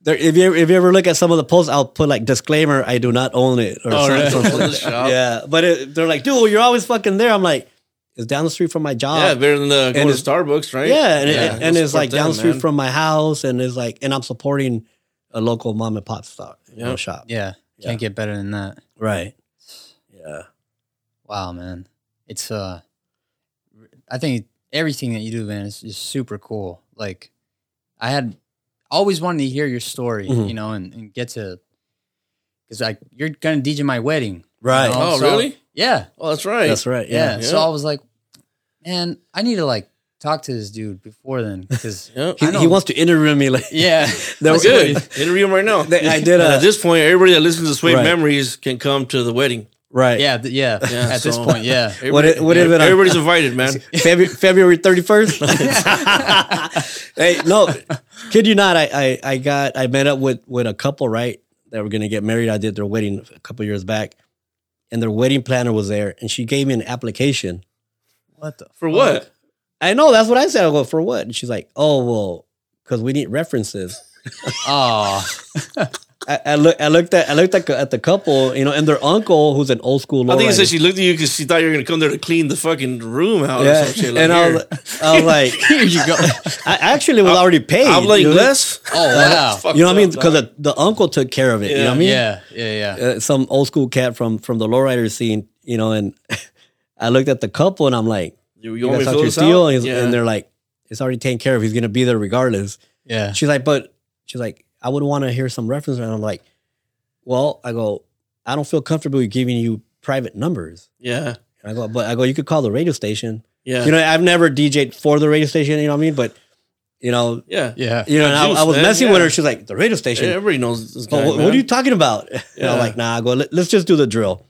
there, if you if you ever look at some of the posts, I'll put like disclaimer: I do not own it or Oh, something. really? something Own the like that. shop. Yeah, but it, they're like, dude, you're always fucking there. I'm like, it's down the street from my job. yeah, better than uh, going to it's- Starbucks, right? Yeah, and, and- and Go it's support like them, down the street man. from my house, and it's like, and I'm supporting a local mom and pop store, you know, Yeah. shop. Yeah. Yeah. Can't get better than that. Right. Yeah. Wow, man. It's uh I think everything that you do, man, is, is super cool. Like I had always wanted to hear your story, Mhm. you know, and, and get to because like you're gonna DJ my wedding. Right. No. Oh, So- really? Yeah. Oh, that's right. That's right. Yeah. Yeah. So Yeah. I was like, man, I need to like talk to this dude before then because Yep. I He, know. he wants to interview me like yeah. that That's was good. Interview him right now. I did And a- at this point, everybody that listens to Sweet Right. Memories can come to the wedding. right Yeah, th- yeah. Yeah, At this so- point, yeah. What it- what yeah, if it- everybody's invited, man. February, February 31st hey no kid you not I, I I got I met up with with a couple right that were gonna get married I did their wedding a couple years back and their wedding planner was there and she gave me an application What the For what? I know that's what I said. I go for what? And she's like, oh well, because we need references. Oh, I, I look, I looked at, I looked at, at the couple, you know, and their uncle, who's an old school. I think it lowrider. said she looked at you because she thought you were going to come there to clean the fucking room out or yeah. some shit. Like and I was, here, I was like, here you go. I actually was already paid. I'm like, dude. less. Oh wow. Fucked you know what I mean? up, Because dog. the, the uncle took care of it. You know what I mean? Yeah, yeah, yeah. uh, some old school cat from from the lowrider scene, you know, and I looked at the couple and I'm like, you, you want me to guys out fill your this deal? out? And, he's- Yeah. and they're like, it's already taken care of. He's gonna be there regardless. Yeah. She's like, but she's like, I would want to hear some reference. And I'm like, well, I go, I don't feel comfortable giving you private numbers. yeah, And I go, but I go, you could call the radio station. yeah, You know, I've never DJ'd for the radio station. You know what I mean? But you know, yeah. Yeah. you know, and I, Juice, I was man, messing yeah. with her. She's like, the radio station. Everybody knows this Well, guy. Oh, what, what are you talking about? And Yeah. I'm like, nah, I go, let, us just do the drill.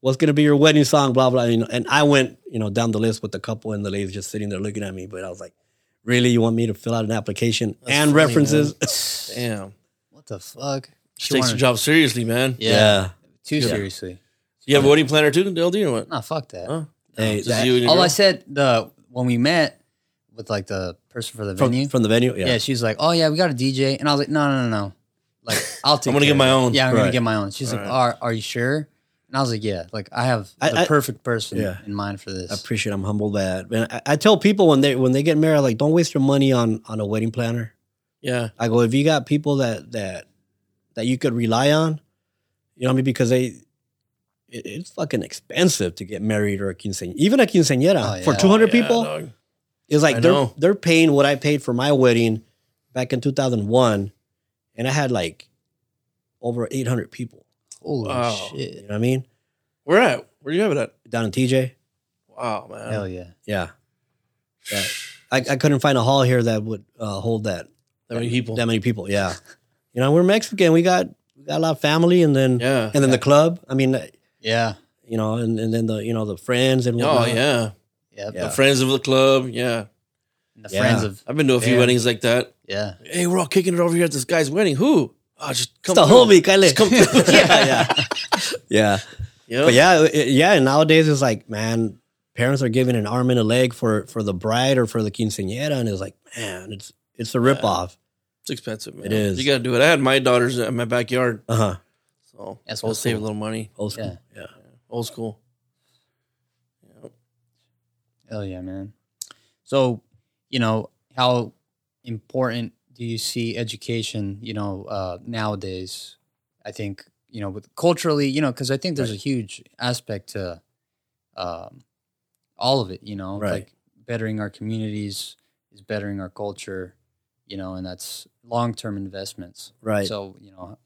What's going to be your wedding song? Blah, blah. You know, and I went, you know, down the list with the couple and the ladies just sitting there looking at me. But I was like, really? You want me to fill out an application That's and funny, references? Damn, What the fuck? she takes her wanted- job seriously, man. Yeah. Too seriously. You have a wedding planner too, LD, or what? Nah, fuck that. Huh? Hey, Just that- you and your All girl? I said the when we met with like the person for the venue. from, from the venue? Yeah. yeah. she's like, "Oh yeah, we got a DJ," and I was like, "No, no, no, no. Like, I'll I'm take. gonna get care of my it." own. Yeah, I'm Right. gonna get my own. She's like, Alright. are, "Are you sure?" And I was like, "Yeah. Like, I have I- the I- perfect person Yeah. in mind for this." I appreciate I'm humbled that. And I, I tell people when they when they get married, like, don't waste your money on on a wedding planner. Yeah, I go, if you got people that that that you could rely on, you know what I mean? Because they it, it's fucking expensive to get married or a quinceañera. Even a quinceañera Oh, for yeah. 200 Yeah, people dog. it's like I they're know. they're paying what I paid for my wedding back in 2001 and I had like over 800 people. Holy Wow. You know shit! what I mean? Where at? Where you have it at? Down in TJ. Wow, man. Hell yeah! Yeah. Yeah. I, I couldn't find a hall here that would uh, hold that That many people. that many people. Yeah. You know, we're Mexican. We got we got a lot of family and then yeah. and then the club. I mean, Yeah. you know, and, and then the you know the friends and Oh whatnot. yeah. Yep. Yeah. The friends of the club. Yeah, And the Yeah. friends of I've been to a few Yeah. weddings like that. yeah. Hey, we're all kicking it over here at this guy's wedding. Who? Oh, just It's come. the through. homie, Kyle. come through. yeah, yeah, yeah. Yeah. But yeah, it- yeah. And nowadays it's like, man, parents are giving an arm and a leg for for the bride or for the quinceañera, and it's like, man, it's it's a ripoff. It's expensive, man. It is. You got to do it. I had my daughters in my backyard, Uh huh. so That's I'll what's save a cool. little money. Old school. Yeah. Old school. Hell yeah, man. So, you know, how important do you see education, you know, uh, nowadays? I think, you know, with culturally, you know, because I think there's a huge aspect to um, all of it, you know, Right. like bettering our communities is bettering our culture, you know, and that's long term investments. Right. So, you know,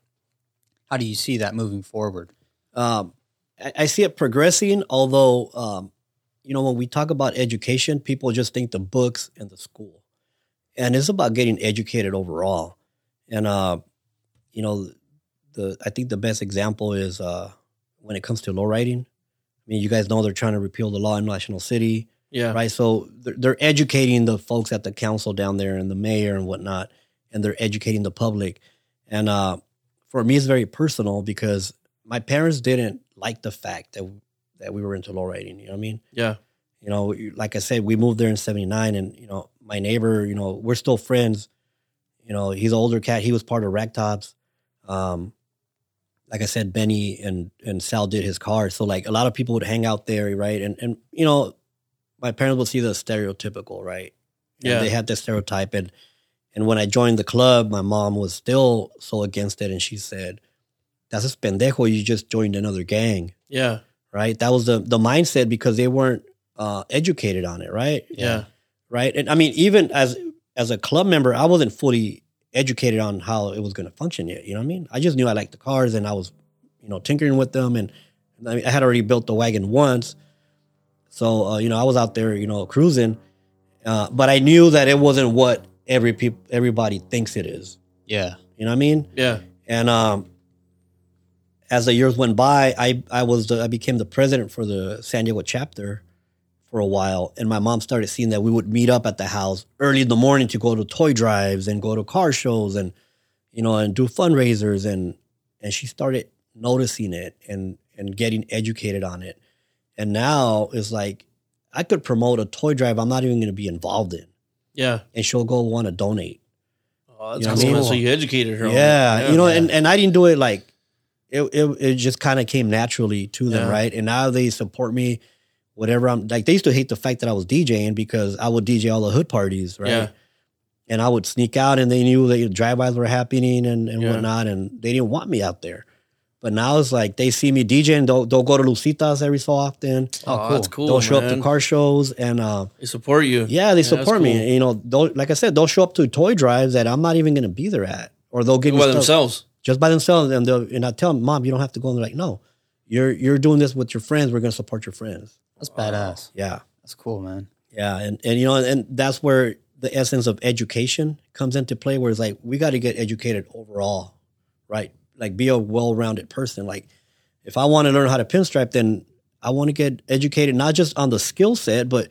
how do you see that moving forward? um, I, I see it progressing, although, um, you know, when we talk about education, people just think the books and the school. And it's about getting educated overall. And, uh, you know, the I think the best example is uh, when it comes to law writing. I mean, you guys know they're trying to repeal the law in National City, Yeah. right? So they're, they're educating the folks at the council down there and the mayor and whatnot, and they're educating the public. And uh, for me, it's very personal because my parents didn't like the fact that that we were into law writing. You know what I mean? Yeah. You know, you- like I said, we moved there in '79, and you know, my neighbor, you know, we're still friends. You know, he's an older cat. He was part of Racktops. Um, like I said, Benny and and Sal did his car, so like a lot of people would hang out there, right? And and you know, my parents would see the stereotypical, right? And Yeah. they had this stereotype, and and when I joined the club, my mom was still so against it, and she said, "That's a pendejo. You just joined another gang." Yeah. right? That was the the mindset because they weren't uh, educated on it, right? Yeah. right. And I mean, even as as a club member, I wasn't fully educated on how it was going to function yet. You know what I mean? I just knew I liked the cars, and I was, you know, tinkering with them, and I, mean, I had already built the wagon once, so uh, you know, I was out there, you know, cruising, uh, but I knew that it wasn't what every peop everybody thinks it is. Yeah. You know what I mean? Yeah. And um, as the years went by, I I was the, I became the president for the San Diego chapter for a while, and my mom started seeing that we would meet up at the house early in the morning to go to toy drives and go to car shows and you know and do fundraisers and and she started noticing it and and getting educated on it, and now it's like I could promote a toy drive I'm not even going to be involved in, Yeah. and she'll go want to donate. Oh, You know that's what I cool. mean? So you educated her. on it. yeah, you know, Yeah. and and I didn't do it like it. It, it just kind of came naturally to them, Yeah. right? And now they support me. Whatever I'm like, they used to hate the fact that I was DJing because I would DJ all the hood parties, right? Yeah. And I would sneak out, and they knew that drive-bys were happening and, and Yeah. whatnot, and they didn't want me out there. But now it's like they see me DJing. They'll, they'll go to Lucitas every so often. Oh, that's cool. they'll show up man. to car shows, and uh, They support you. yeah, they that's support cool. me. You know, they'll, like I said, they'll show up to toy drives that I'm not even going to be there at, or they'll give By me stuff themselves. just by themselves. And they'll, and I tell them, Mom, you don't have to go. And they're like, No, you're you're doing this with your friends. We're going to support your friends. That's badass. Yeah, That's cool, man. yeah, and and you know, and that's where the essence of education comes into play. Where it's like we got to get educated overall, right? Like be a well-rounded person. Like if I want to learn how to pinstripe, then I want to get educated not just on the skill set, but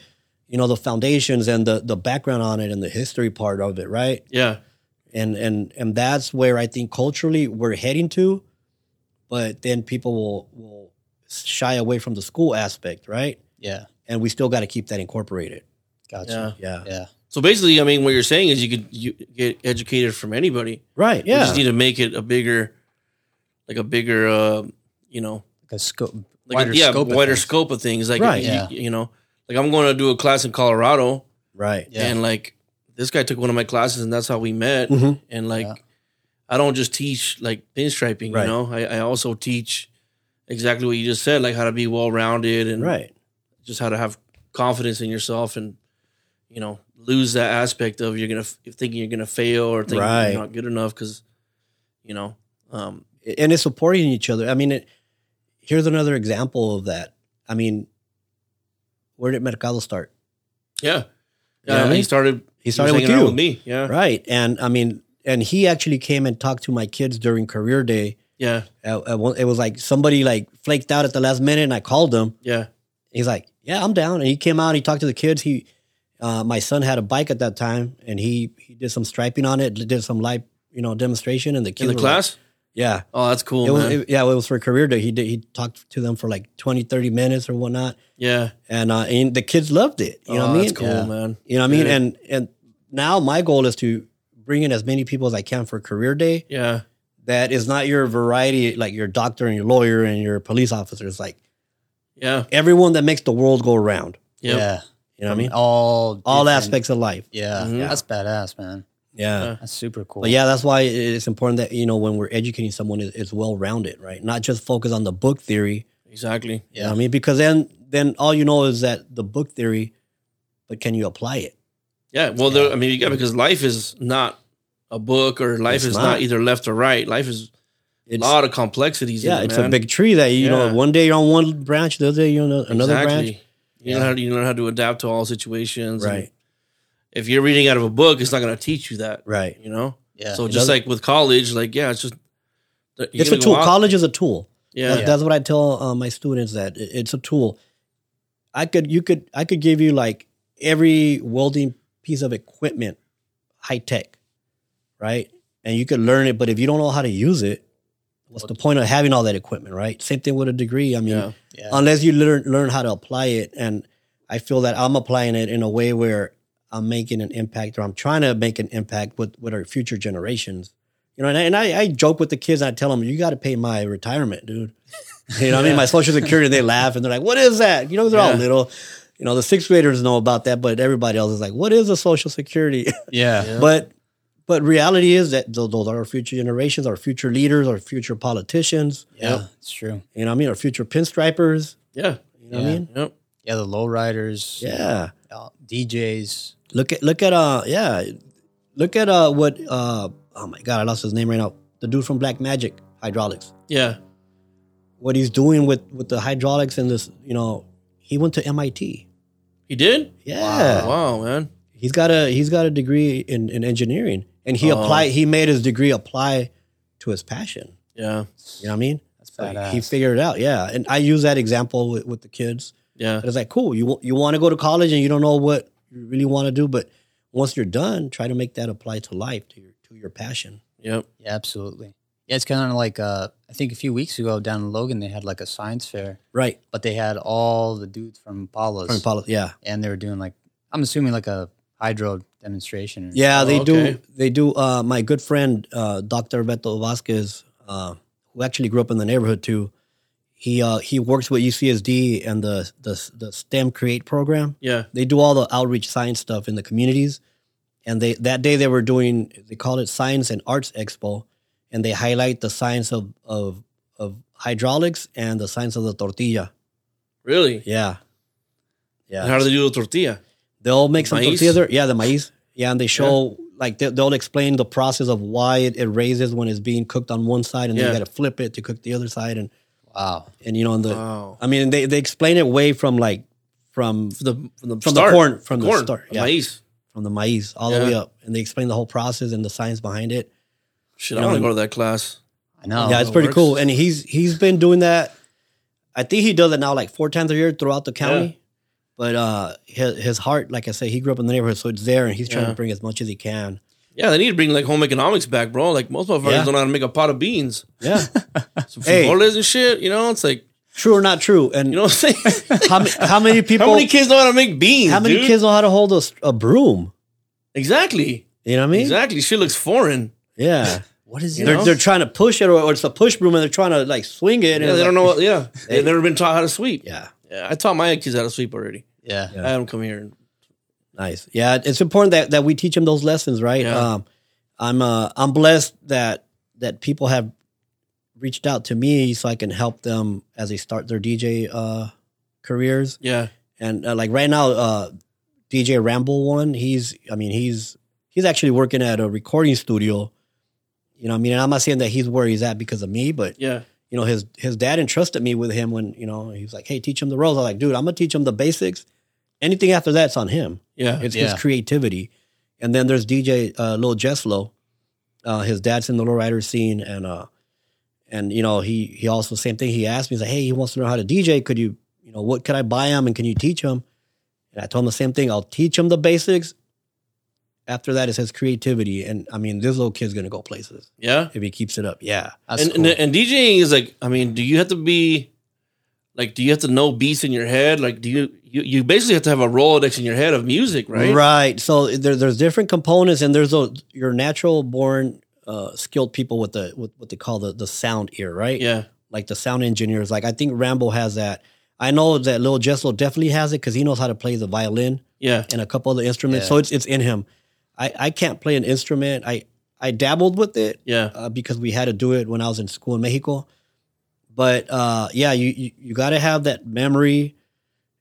you know the foundations and the the background on it and the history part of it, right? Yeah. and and and that's where I think culturally we're heading to, but then people will will shy away from the school aspect, right? Yeah. And we still got to keep that incorporated. Gotcha. Yeah, Yeah. So basically, I mean, what you're saying is you could you get educated from anybody. right. You Yeah, just need to make it a bigger, like a bigger, uh, you know, Like a scope. like a- yeah, wider scope of things. Like, Right. you, Yeah. you know, like I'm going to do a class in Colorado, right. Yeah. and like this guy took one of my classes, and that's how we met. Mhm. And like, Yeah. I don't just teach like pinstriping, Right. you know. I, I also teach exactly what you just said, like how to be well rounded and Right. just how to have confidence in yourself and you know lose that aspect of you're gonna f- thinking you're gonna fail or thinking Right. you're not good enough because you know um And it's supporting each other. I mean, it, here's another example of that. I mean, where did Mercado start? yeah You know what yeah I mean? he started He he was started with hanging out you, with me yeah right? And I mean, and he actually came and talked to my kids during career day. yeah At, at one, it was like somebody like flaked out at the last minute, and I called them. yeah He's like, "Yeah, I'm down." And he came out. and He talked to the kids. He, uh, my son had a bike at that time, and he he did some striping on it. Did some live, you know, demonstration, and the in kids the were like- class yeah, oh that's cool it was man it- yeah, it was for career day. He did he talked to them for like 20, 30 minutes or whatnot, yeah and uh, and the kids loved it. You know oh, what I mean? that's cool Yeah. man You know what I mean? Yeah. And and now my goal is to bring in as many people as I can for career day. yeah That is not your variety, like your doctor and your lawyer and your police officers. Like yeah everyone that makes the world go around. Yeah. yeah You know what I mean? All all different- aspects of life. Yeah. Mhm. That's badass, man. Yeah. Yeah. That's super cool. But yeah, that's why it's important that, you know, when we're educating someone, it- it's well rounded, right? Not just focus on the book theory. exactly You know Yeah. what I mean? Because then then all you know is that the book theory, but can you apply it? yeah well there, i mean you got because life is not a book or life It's is not. not. either left or right life is a It's, lot of complexities yeah, in it, it's man. a big tree that, you Yeah. know, one day you're on one branch, the other day you're on a- another branch. You learn how to, you learn how to adapt to all situations. and Right, If you're reading out of a book, it's not going to teach you that. right. You know. Yeah. So It just doesn't- like with college, like yeah, it's just you're It's a gonna go tool. out- College is a tool. Yeah. That's, that's what I tell uh, my students that it- it's a tool. I could, you could, I could give you like every welding piece of equipment, high tech, right? And you could learn it, but if you don't know how to use it, what's the point of having all that equipment, right? Same thing with a degree. I mean, Yeah. yeah. unless you learn learn how to apply it, and I feel that I'm applying it in a way where I'm making an impact, or I'm trying to make an impact with with our future generations. You know, and I, and I, I joke with the kids. And I tell them, "You got to pay my retirement, dude." You know, what I mean, my social security. They laugh and they're like, "What is that?" You know, they're Yeah. all little. You know, the sixth graders know about that, but everybody else is like, "What is a social security?" yeah. Yeah. but but reality is that tho- those are our future generations, our future leaders, our future politicians. Yeah. Yep. It's true. You know, what I mean, our future pinstripers. Yeah. You know what I Yeah. mean? Yep. Yeah. The lowriders. Yeah. uh, DJs. Look at look at uh yeah, look at uh what uh oh my god I lost his name right now. The dude from Black Magic Hydraulics. Yeah. What he's doing with with the hydraulics and this you know he went to MIT. He did. Yeah, Wow, man. he's got a he's got a degree in, in engineering and he Oh. applied he made his degree apply to his passion. Yeah. You know what I mean? That's So badass. he figured it out. Yeah, and I use that example with, with the kids. Yeah. But it's like, cool, you wa- you want to go to college and you don't know what you really want to do, but once you're done, try to make that apply to life, to your to your passion. Yep. yeah. Absolutely. Yeah, it's kind of like uh, I think a few weeks ago down in Logan they had like a science fair, Right. but they had all the dudes from Palos, From Apollo. Yeah. and they were doing like I'm assuming like a hydro demonstration. or- Yeah, Oh, they okay. do. They do. Uh, my good friend, uh, Dr. Beto Vasquez, uh, who actually grew up in the neighborhood too, he uh, he works with UCSD and the, the the STEM Create program. Yeah. They do all the outreach science stuff in the communities, and they that day they were doing they call it Science and Arts Expo, and they highlight the science of of of hydraulics and the science of the tortilla. Really? Yeah, yeah. And how do they do the tortilla? They'll make some Maize? tortillas. there. Yeah, the maize. Yeah, and they show like they, they'll explain the process of why it, it raises when it's being cooked on one side, and then Yeah. you got to flip it to cook the other side, and Wow. and you know, and the Wow. I mean, they they explain it way from like from From the from the, from the start. corn from the corn, start, the yeah, maize. from the maize all Yeah. the way up, and they explain the whole process and the science behind it. Shit, You I want to know, go to that class. I know. yeah, it's that pretty Oh, works. cool, and he's he's been doing that. I think he does it now like four times a year throughout the county. Yeah. But uh, his, his heart, like I said, he grew up in the neighborhood, so it's there, and he's trying Yeah. to bring as much as he can. Yeah, they need to bring like home economics back, bro. Like most motherfuckers Yeah. don't know how to make a pot of beans, Yeah, some Hey. frijoles and shit. You know, it's like True or not true? And you know what I'm saying. how, many, how many people? how many kids know how to make beans? how many dude? kids know how to hold a, s- a broom? Exactly. You know what I mean? Exactly. She looks foreign. Yeah, What is You it? they're know? they're trying to push it, or, or it's a push broom, and they're trying to like swing it. Yeah, and they like- don't know. What, yeah, they've never been taught how to sweep. Yeah, Yeah, I taught my kids how to sweep already. Yeah. Yeah. I had them come here. And, nice. Yeah, it's important that that we teach them those lessons, right? Yeah. Um, I'm uh, I'm blessed that that people have reached out to me so I can help them as they start their DJ uh, careers. yeah, and uh, like right now uh dj ramble one he's i mean he's he's actually working at a recording studio you know what i mean and i'm not saying that he's where he's at because of me but yeah, you know his his dad entrusted me with him when you know he was like hey teach him the ropes i was like dude i'm gonna teach him the basics anything after that's on him yeah. it's Yeah. his creativity and then there's dj uh, lil jeslo uh, his dad's in the low rider scene and uh and you know he he also same thing he asked me he's like hey he wants to know how to dj could you you know what could i buy him and can you teach him and i told him the same thing i'll teach him the basics after that it's his creativity and i mean this little kid's gonna go places yeah. if he keeps it up yeah That's And, cool. and and DJing is like, I mean, do you have to be like, do you have to know beats in your head? Like, do you you, you basically have to have a Rolodex in your head of music, right? so there, there's different components and there's a your natural born uh skilled people with the with what they call the the sound ear right Yeah, like the sound engineers. Like I think Rambo has that. I know that Lil Jessel definitely has it because he knows how to play the violin yeah, and a couple other instruments. Yeah. So it's it's in him. I, I can't play an instrument. I I dabbled with it yeah. uh, because we had to do it when I was in school in Mexico. But uh, yeah, you, you you gotta have that memory.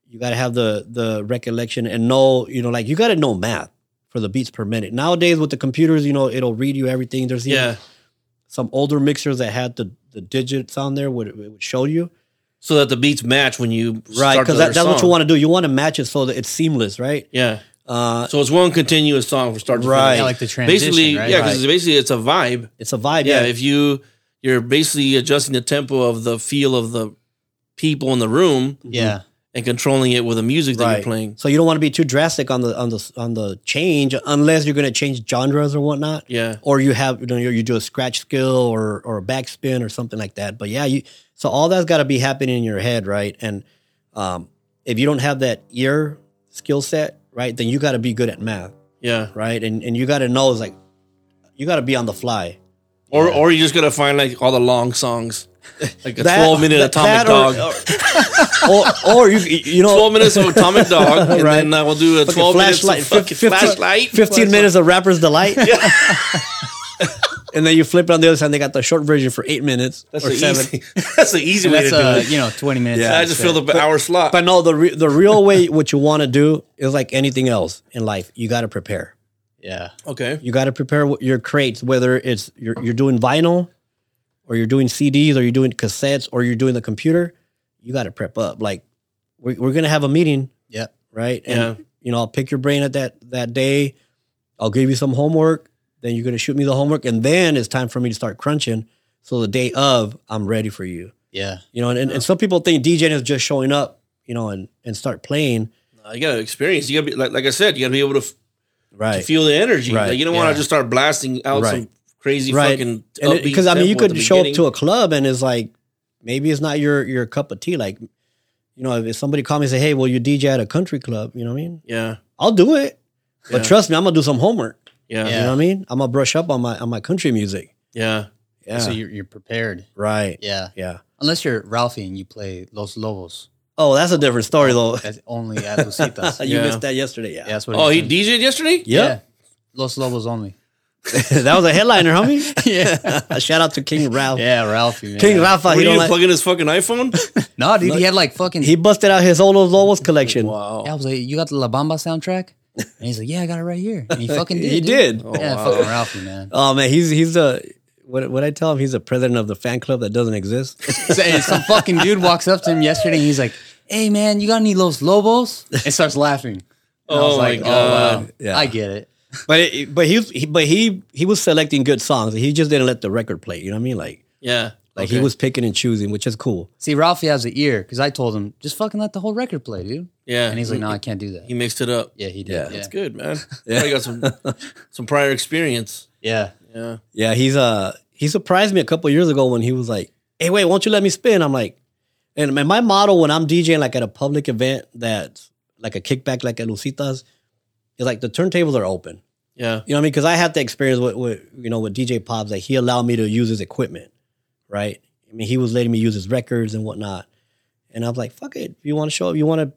You gotta have the the recollection and know you know like you gotta know math for the beats per minute. Nowadays with the computers, you know it'll read you everything. There's even Yeah. some older mixers that had the, the digits on there would, it would show you So that the beats match when you right start another because that, that's what you song. want to do you want to match it so that it's seamless right Yeah. uh, So it's one continuous song from start to Right. yeah, finish. like the transition. basically, right? yeah, because basically it's a vibe. it's a vibe Yeah, yeah, if you you're basically adjusting the tempo of the feel of the people in the room yeah, and controlling it with the music that you're Right. playing. so you don't want to be too drastic on the on the on the change unless you're going to change genres or whatnot Yeah, or you have you know you do a scratch skill or or a backspin or something like that but yeah you so all that's got to be happening in your head right and um, if you don't have that ear skill set right then you got to be good at math yeah. right and and you got to know it's like you got to be on the fly Or or you just gotta find like all the long songs, like a That- twelve minute that- Atomic that Dog, or, or you you know twelve minutes of Atomic Dog, and Right. then uh, we'll do a fucking twelve minutes of flashlight, fucking 15 flashlight, 15 minutes of rapper's delight and then you flip it on the other side they got the short version for eight minutes That's or the seven easy. That's the easy way to that's do uh, it. you know twenty minutes. Yeah. I just feel fill the hour slot. but no the, re- the real way what you want to do is like anything else in life you got to prepare yeah, Okay. you got to prepare what your crates whether it's you're, you're doing vinyl or you're doing cds or you're doing cassettes or you're doing the computer you got to prep up like we're, we're gonna have a meeting yeah. right? Yeah. And you know, I'll pick your brain at that that day. I'll give you some homework. Then you're gonna shoot me the homework, and then it's time for me to start crunching. So the day of, I'm ready for you. Yeah, You know, and, and, and some people think DJing is just showing up, you know, and and start playing. Uh, you gotta experience. You gotta be like, like I said, you gotta be able to, f- Right. feel the energy. Right. Like, you don't want Yeah. to just start blasting out some Right. crazy Right. fucking upbeat because I mean you tempo at could the show up beginning. to a club and it's like maybe it's not your your cup of tea. Like you know, if somebody called me and say, "Hey, will you DJ at a country club?" You know what I mean? yeah, I'll do it, but Yeah. trust me, I'm gonna do some homework. yeah, You yeah, know what I mean? I'm gonna brush up on my on my country music. yeah, Yeah, So you're, you're prepared. right. Yeah. Yeah. Unless you're Ralphie and you play Los Lobos. Oh, that's a different story though. That's only at Lucitas. yeah, you Yeah. missed that yesterday. Yeah. that's what Oh, he's he doing. DJ'd yesterday. Yep. Los Lobos only. that was a headliner, homie. yeah. Shout out to King Ralph. Yeah, Ralphie. Man. King Rafa, What, he he don't you like- plugging his fucking iPhone? No, dude, he had like fucking. he busted out his old Lobos collection. wow. Yeah, I was like, you got the La Bamba soundtrack? And he's like, yeah, I got it right here. And he fucking did. He dude. did. Oh, yeah, wow. fucking Ralphie, man. Oh man, he's he's a what what I tell him he's a president of the fan club that doesn't exist. So- and some fucking dude walks up to him yesterday and he's like, hey, man, you got any Los Lobos? And starts laughing. And I was Oh my like, God. wow. Yeah. I get it. but it, but he, was- he but he he was selecting good songs. He just didn't let the record play. You know what I mean? Like Yeah. like he Okay. was picking and choosing, which is cool. See, Ralphie has an ear because I told him, just fucking let the whole record play, dude. Yeah. And he's like, no, I can't do that. he mixed it up. Yeah, he did. Yeah. Yeah. That's good, man. Probably got some some prior experience. Yeah. Yeah. Yeah, he's uh he surprised me a couple years ago when he was like, "Hey, wait, won't you let me spin?" I'm like, and my- my model when I'm DJing like at a public event that's like a kickback like at Lucitas, is like the turntables are open. Yeah. You know what I mean? Because I had the experience with, with you know with DJ Pops that he allowed me to use his equipment, right? I mean, he was letting me use his records and whatnot, and I was like, "Fuck it, if you want to show up, you want to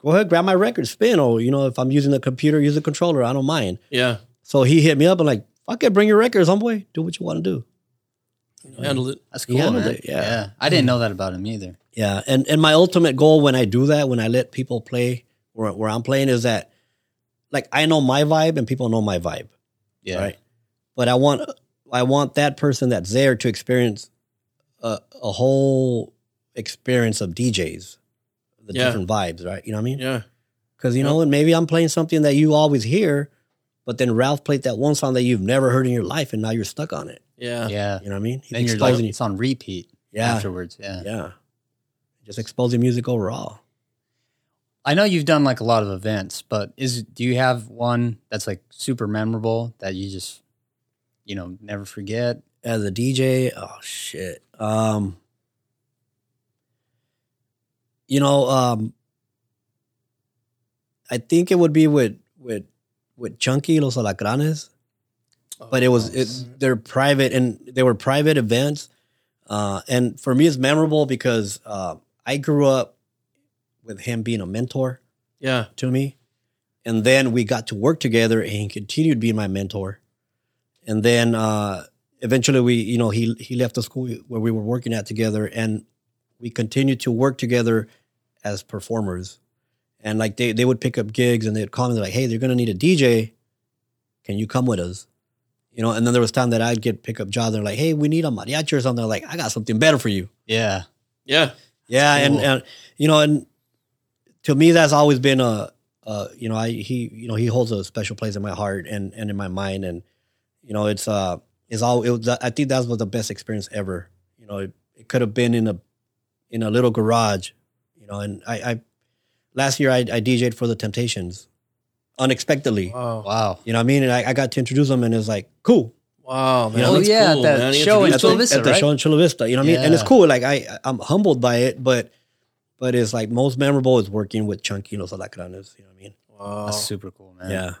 go ahead, grab my record, spin, or you know, if I'm using the computer, use the controller, I don't mind." Yeah. So he hit me up and like, "Fuck it, bring your records, homeboy, do what you want to do." Handled it. That's He cool, handled man. it, yeah. I didn't know that about him either. Yeah, and and my ultimate goal when I do that, when I let people play where where I'm playing, is that like I know my vibe and people know my vibe. Yeah. right? But I want I want that person that's there to experience a, a whole experience of DJs, the Yeah. different vibes, right? You know what I mean? Yeah. Because you know, and maybe I'm playing something that you always hear, but then Ralph played that one song that you've never heard in your life, and now you're stuck on it. Yeah. Yeah. You know what I mean? He's Then you're like, exposing it's on repeat you. Yeah, afterwards. Yeah. yeah. Just exposing music overall. I know you've done like a lot of events, but is do you have one that's like super memorable that you just, you know, never forget? as a DJ, oh shit. Um you know, um I think it would be with with with Chunky Los Alacranes, but it was it, they're private and they were private events. Uh and for me it's memorable because uh I grew up with him being a mentor yeah. to me. And then we got to work together and he continued being my mentor. And then uh, eventually we, you know, he he left the school where we were working at together and we continued to work together as performers. And like they, they would pick up gigs and they'd call me they're like, hey, they're gonna need a DJ. Can you come with us? You know, and then there was time that I'd get pick up jobs. They're like, "Hey, we need a mariachi or something." I'm like, I got something better for you. Yeah. Yeah. Yeah, and, Cool. and you know, and to me, that's always been a, a you know, I he you know he holds a special place in my heart and and in my mind, and you know, it's uh, it's all it was, I think that was the best experience ever. You know, it, it could have been in a in a little garage, you know, and I, I last year I, I DJ'd for the Temptations unexpectedly. Wow. Wow. You know what I mean? And I, I got to introduce them, and it's like cool Wow, man. Oh, That's yeah, cool, that man. He show in introduced Chula him. Vista. at the right? show in Chula Vista. You know what I mean? And it's Yeah. cool. Like I, I'm humbled by it, but but it's like most memorable is working with Chunky Los Alacranes. You know what I mean? Wow. That's super cool, man.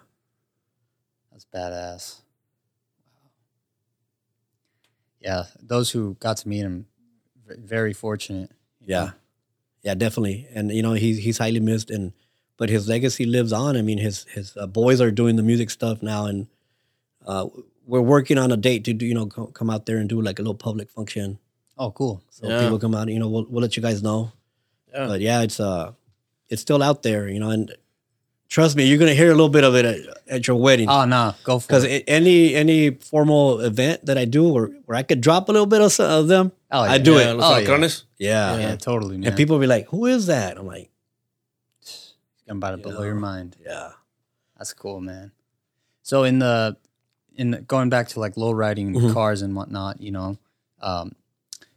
That's badass. Yeah. Those who got to meet him, v- very fortunate. yeah, yeah, definitely. And you know he's he's highly missed, and but his legacy lives on. I mean his his uh, boys are doing the music stuff now, and uh, we're working on a date to do you know co- come out there and do like a little public function. Oh, cool. So Yeah. people come out, you know, we'll, we'll let you guys know. Yeah. But yeah, it's uh, it's still out there, you know. And trust me, you're gonna hear a little bit of it at, at your wedding Oh, no. Go for because it. any any formal event that I do where, where I could drop a little bit of, some, of them, Oh, I do Yeah, it. Los Oh, yeah. Alacranes. Yeah. Yeah, totally, man. And people be like, "Who is that?" I'm like, I'm about to you blow know. your mind. "Yeah, That's cool, man. So in the in the, going back to like low riding Mhm. cars and whatnot, you know, um,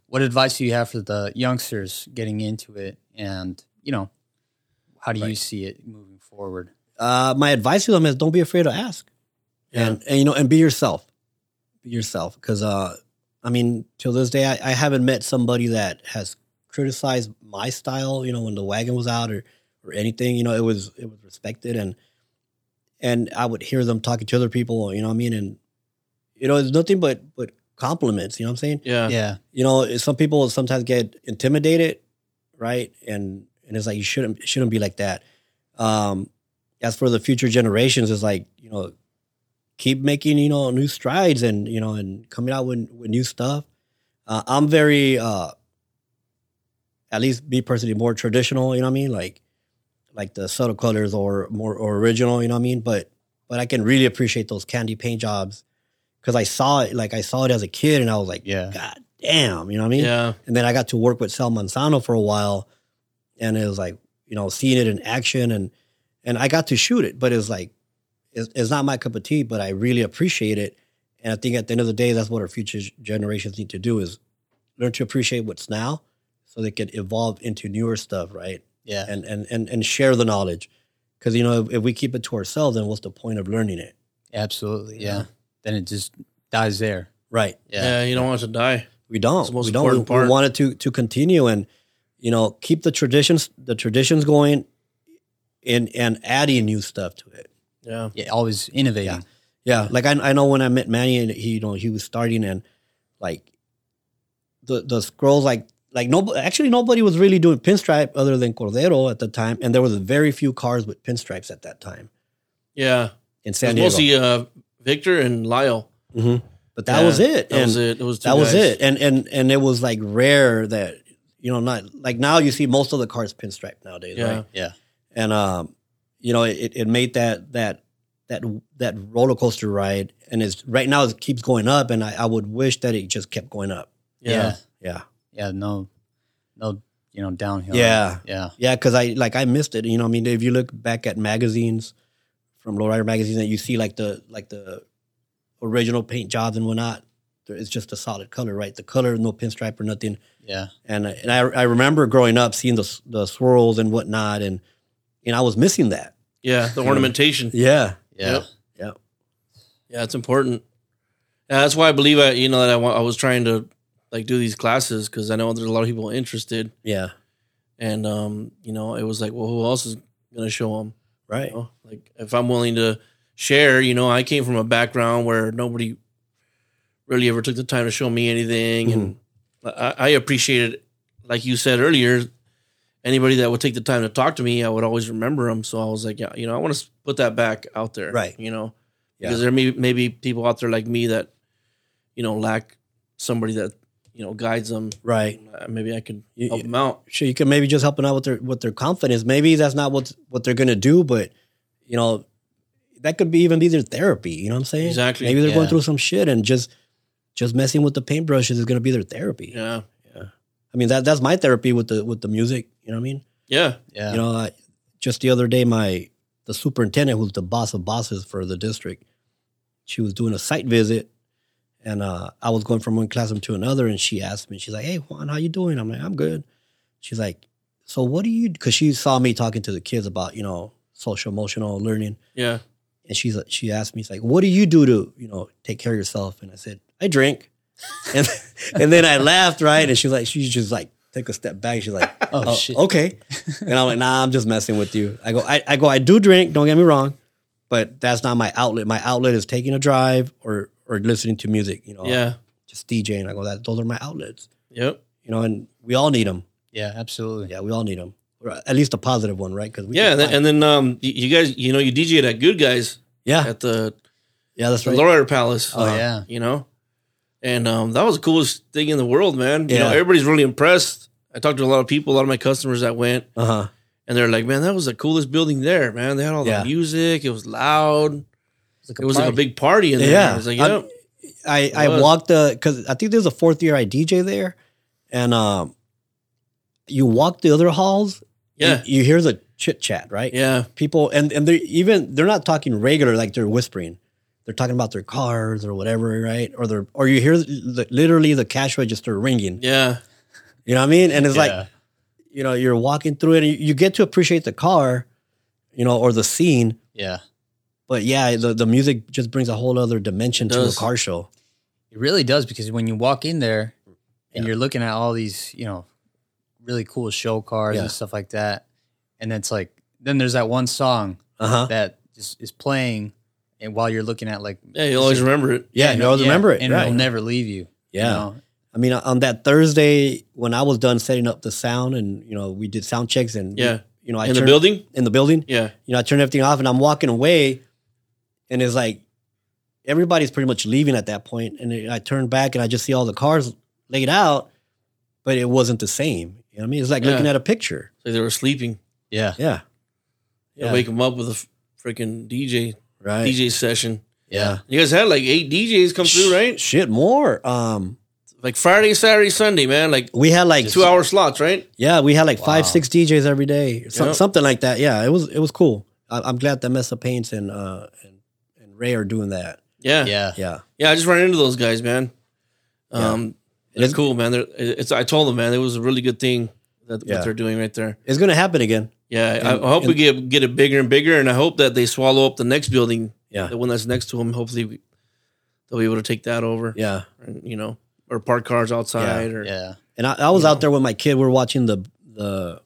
what advice do you have for the youngsters getting into it, and you know, how do you Right. see it moving forward? uh, my advice to them is don't be afraid to ask Yeah. and, and you know and be yourself yourself because uh, I mean, till this day, I, I haven't met somebody that has criticized my style. You know, when the wagon was out or or anything, you know, it was it was respected and and I would hear them talking to other people. You know what I mean? And you know, it's nothing but but compliments. You know what I'm saying? Yeah. yeah, You know, some people sometimes get intimidated, right? And and it's like you shouldn't it shouldn't be like that. Um, as for the future generations, it's like you know, keep making you know new strides and you know and coming out with with new stuff. Uh, I'm very, uh, at least me personally, more traditional. You know what I mean? Like like the subtle colors or more or original. You know what I mean? But but I can really appreciate those candy paint jobs because I saw it like I saw it as a kid and I was like, yeah. God damn, you know what I mean? Yeah. And then I got to work with Sal Manzano for a while, and it was like you know seeing it in action and and I got to shoot it, but it's like it's, it's not my cup of tea, but I really appreciate it, and I think at the end of the day, that's what our future generations need to do is learn to appreciate what's now, so they can evolve into newer stuff, right? yeah. And and and and share the knowledge, because you know if, if we keep it to ourselves, then what's the point of learning it, Absolutely. Yeah. Yeah. Then it just dies there. right? yeah. Yeah. You don't want it to die. We don't. It's the most we don't. important we, we part. want it to to continue and you know keep the traditions the traditions going, and and adding new stuff to it. Yeah. Yeah. always innovating. Yeah. Yeah, like I I know when I met Manny and he you know he was starting and like the the scrolls like like no actually nobody was really doing pinstripe other than Cordero at the time and there was very few cars with pinstripes at that time Yeah. in It was San Diego. mostly uh, Victor and Lyle. Mhm. But that Yeah, was it. That and was it. It was two that was guys. it and and and it was like rare that you know not like now you see most of the cars pinstripe nowadays Yeah. right Yeah. and um you know it, it made that that that that roller coaster ride and it's right now it keeps going up and I, I would wish that it just kept going up Yeah. yeah. yeah Yeah, No, no, you know, downhill. yeah Yeah. yeah because I like I missed it you know what I mean if you look back at magazines from lowrider magazines and you see like the like the original paint jobs and whatnot there- it's just a solid color right the color no pinstripe or nothing Yeah. and I- and I, I remember growing up seeing the s- the swirls and whatnot, and and I was missing that. Yeah. The ornamentation. Yeah, Yeah. Yep. Yep. Yeah. It's important. Yeah, that's why I believe I, you know, that I, wa- I was trying to like do these classes because I know there's a lot of people interested. yeah, And, um, you know, it was like, well, who else is going to show them? right, You know, like if I'm willing to share, you know, I came from a background where nobody really ever took the time to show me anything, and Mm-hmm. I, I appreciated, like you said earlier, anybody that would take the time to talk to me, I would always remember them. So I was like, yeah, you know, I want to put that back out there, Right. You know, Yeah. because there may maybe people out there like me that, you know, lack somebody that you know guides them. right. Uh, Maybe I could You- help them out. Sure, you can maybe just helping out with their with their confidence. Maybe that's not what what they're gonna do, but you know, that could be even be their therapy. You know what I'm saying? Exactly. Maybe they're going Yeah. through some shit, and just just messing with the paintbrushes is gonna be their therapy. Yeah, I mean, that that's my therapy with the with the music. You know what I mean? yeah, Yeah. You know, I, just the other day, my the superintendent, who's the boss of bosses for the district, she was doing a site visit, and uh, I was going from one classroom to another, and she asked me, she's like, "Hey Juan, how you doing?" I'm like, "I'm good." She's like, "So what do you?" Because she saw me talking to the kids about you know social emotional learning, yeah, and she's she asked me, she's like, "What do you do to you know take care of yourself?" And I said, "I drink," and and then I laughed right, and she's like, she's just like take a step back, she's like. Oh, Oh, shit. okay. And I'm like, nah, I'm just messing with you. I go, I, I go, I do drink. Don't get me wrong, but that's not my outlet. My outlet is taking a drive or or listening to music. You know, yeah, just DJing. I go, that those are my outlets. yep. You know, and we all need them. Yeah. Absolutely. Yeah, we all need them. At least a positive one, right? Because Yeah, and then, and then um, y- you guys, you know, you DJ at Good Guys yeah, at the, yeah, Ah, that's the right. Lowrider Palace. uh, Oh, yeah. you know, and um, that was the coolest thing in the world, man. You know, Yeah. everybody's really impressed. I talked to a lot of people, a lot of my customers that went, Uh huh. and they're like, "Man, that was the coolest building there, man. They had all Yeah. the music. It was loud. It was like a party. big party in there. Yeah. Um, It was like, I- yeah, I, I was. walked the because I think there's a fourth year I DJ there, and um, you walk the other halls. yeah, and you hear the chit chat, right? yeah, people and and they even they're not talking regular like they're whispering they're talking about their cars or whatever right or they're or you hear the, literally the cash register ringing yeah, you know what i mean and it's Yeah. like you know you're walking through it and you, you get to appreciate the car you know or the scene yeah. but yeah the, the music just brings a whole other dimension It to a does. car show It really does because when you walk in there and you're looking at all these, you know, really cool show cars Yeah. and stuff like that, and it's like then there's that one song Uh huh. that just is playing, and while you're looking at like Yeah, you always remember it. Yeah, you always remember it. and right. it'll never leave you. you yeah. know? I mean, on that Thursday when I was done setting up the sound and you know we did sound checks and we- Yeah. you know I In the turned- building? in the building, Yeah. you know I turned everything off and I'm walking away, and it's like everybody's pretty much leaving at that point, and I turn back and I just see all the cars laid out, but it wasn't the same. You know what I mean? It's like Yeah. looking at a picture. Like they were sleeping. yeah, Yeah. You wake them up with a freaking DJ Right. DJ session. yeah, You guys had like eight DJs come through, right? Shit, more. Um, Like Friday, Saturday, Sunday, man. Like we had like two hour slots, right? Yeah, we had like five, Wow. six DJs every day, some, Yep. something like that. Yeah, it was it was cool. I, I'm glad that Mesa Paints and uh and, and Ray are doing that. Yeah. yeah. yeah, Yeah, I just ran into those guys, man. Um And it's it's, cool, man. They're, it's I told them, man, it was a really good thing that Yeah. what they're doing right there. it's gonna happen again. Yeah, I, And- I hope we and- get get it bigger and bigger, and I hope that they swallow up the next building, Yeah. the one that's next to them. Hopefully, we, they'll be able to take that over, Yeah, and, you know, or park cars outside, or yeah. and I, I was You out know. there with my kid. We are watching the the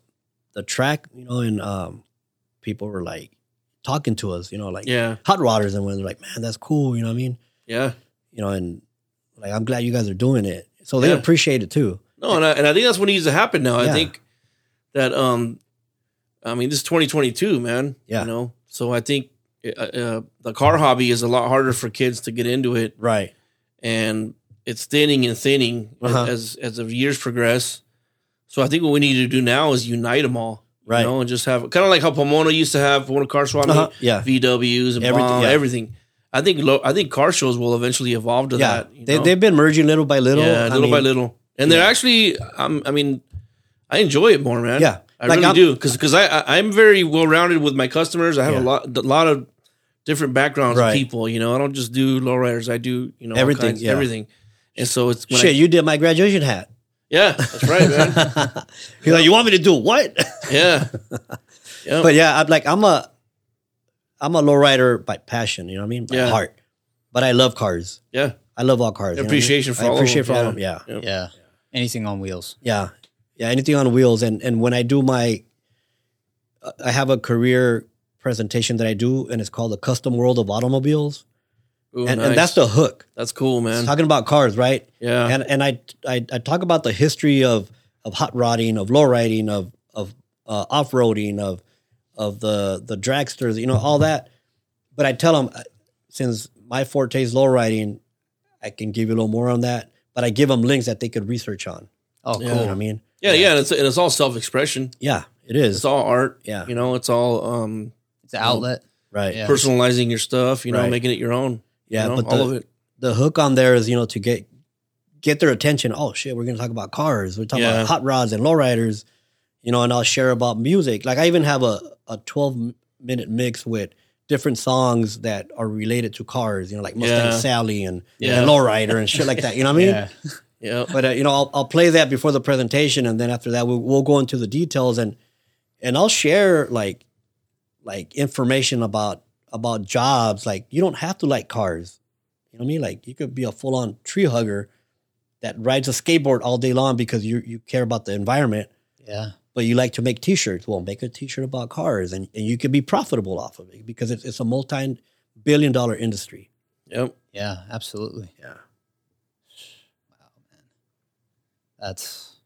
the track, you know, and um, people were like talking to us, you know, like yeah, hot rodders, and when they're like, "Man, that's cool," you know what I mean? yeah. You know, and like I'm glad you guys are doing it, so they Yeah. appreciate it too. No, and I, and I think that's what needs to happen now. I Yeah. think that um, I mean, this is 2022, man. Yeah. you know, so I think uh, uh, the car hobby is a lot harder for kids to get into it, Right. and it's thinning and thinning Uh-huh. as as the years progress. So I think what we need to do now is unite them all. Right. you know, and just have kind of like how Pomona used to have Pomona Car Swap, Uh-huh. Yeah. VWs and Everything, everything, yeah. everything. I think lo- I think car shows will eventually evolve to Yeah. that. you They, know? they've been merging little by little. yeah, I little mean, by little, and they're actually. I'm, I mean, I enjoy it more, man. Yeah. I Like, really I'm- do because I, I I'm very well rounded with my customers. I have Yeah. a lot a lot of different backgrounds Right. of people. You know, I don't just do lowriders. I do you know all Everything, kinds, yeah. everything. And so it's when I- Shit, you did my graduation hat. yeah, that's right, man. He's like, you want me to do what? yeah, yeah, but yeah, I'm like, I'm a, I'm a lowrider by passion. You know what I mean? By Yeah. heart. But I love cars. yeah. I love all cars. you know what I mean? Appreciation for I all of appreciate them, for all yeah. of them. Yeah. Yep. yeah. Anything on wheels? Yeah. Yeah. Anything on wheels. And, and when I do my, I have a career presentation that I do and it's called the custom world of automobiles. Ooh, and, nice. and that's the hook. that's cool, man. Talking about cars, right? Yeah, and and I, I I talk about the history of of hot rodding, of low riding, of of uh, off roading, of of the the dragsters, you know, all that. But I tell them since my forte is low riding, I can give you a little more on that. But I give them links that they could research on. Yeah. Oh, You know cool. what I mean? yeah, yeah. And it's and it's all self expression. Yeah, it It's is. all art. Yeah. you know, it's all um It's an outlet. Right. Yeah. personalizing your stuff. You know, Right. making it your own. Yeah, you know, but all the- of it. The hook on there is you know to get get their attention. Oh shit, we're gonna talk about cars. We're talking Yeah. about hot rods and low riders. You know, and I'll share about music. Like I even have a a twelve minute mix with different songs that are related to cars. You know, like Mustang Yeah. Sally and, Yeah. and low rider and shit like that. You know what I mean? Yeah. Yeah, But uh, you know, I'll, I'll play that before the presentation, and then after that, we'll, we'll go into the details and and I'll share like like information about about jobs. Like you don't have to like cars. You know what I mean? Like you could be a full on tree hugger that rides a skateboard all day long because you you care about the environment, yeah. but you like to make T-shirts. Well, make a T-shirt about cars, and, and you could be profitable off of it because it's, it's a multi billion dollar industry. yep. Yeah, absolutely. Yeah. Wow, man. That's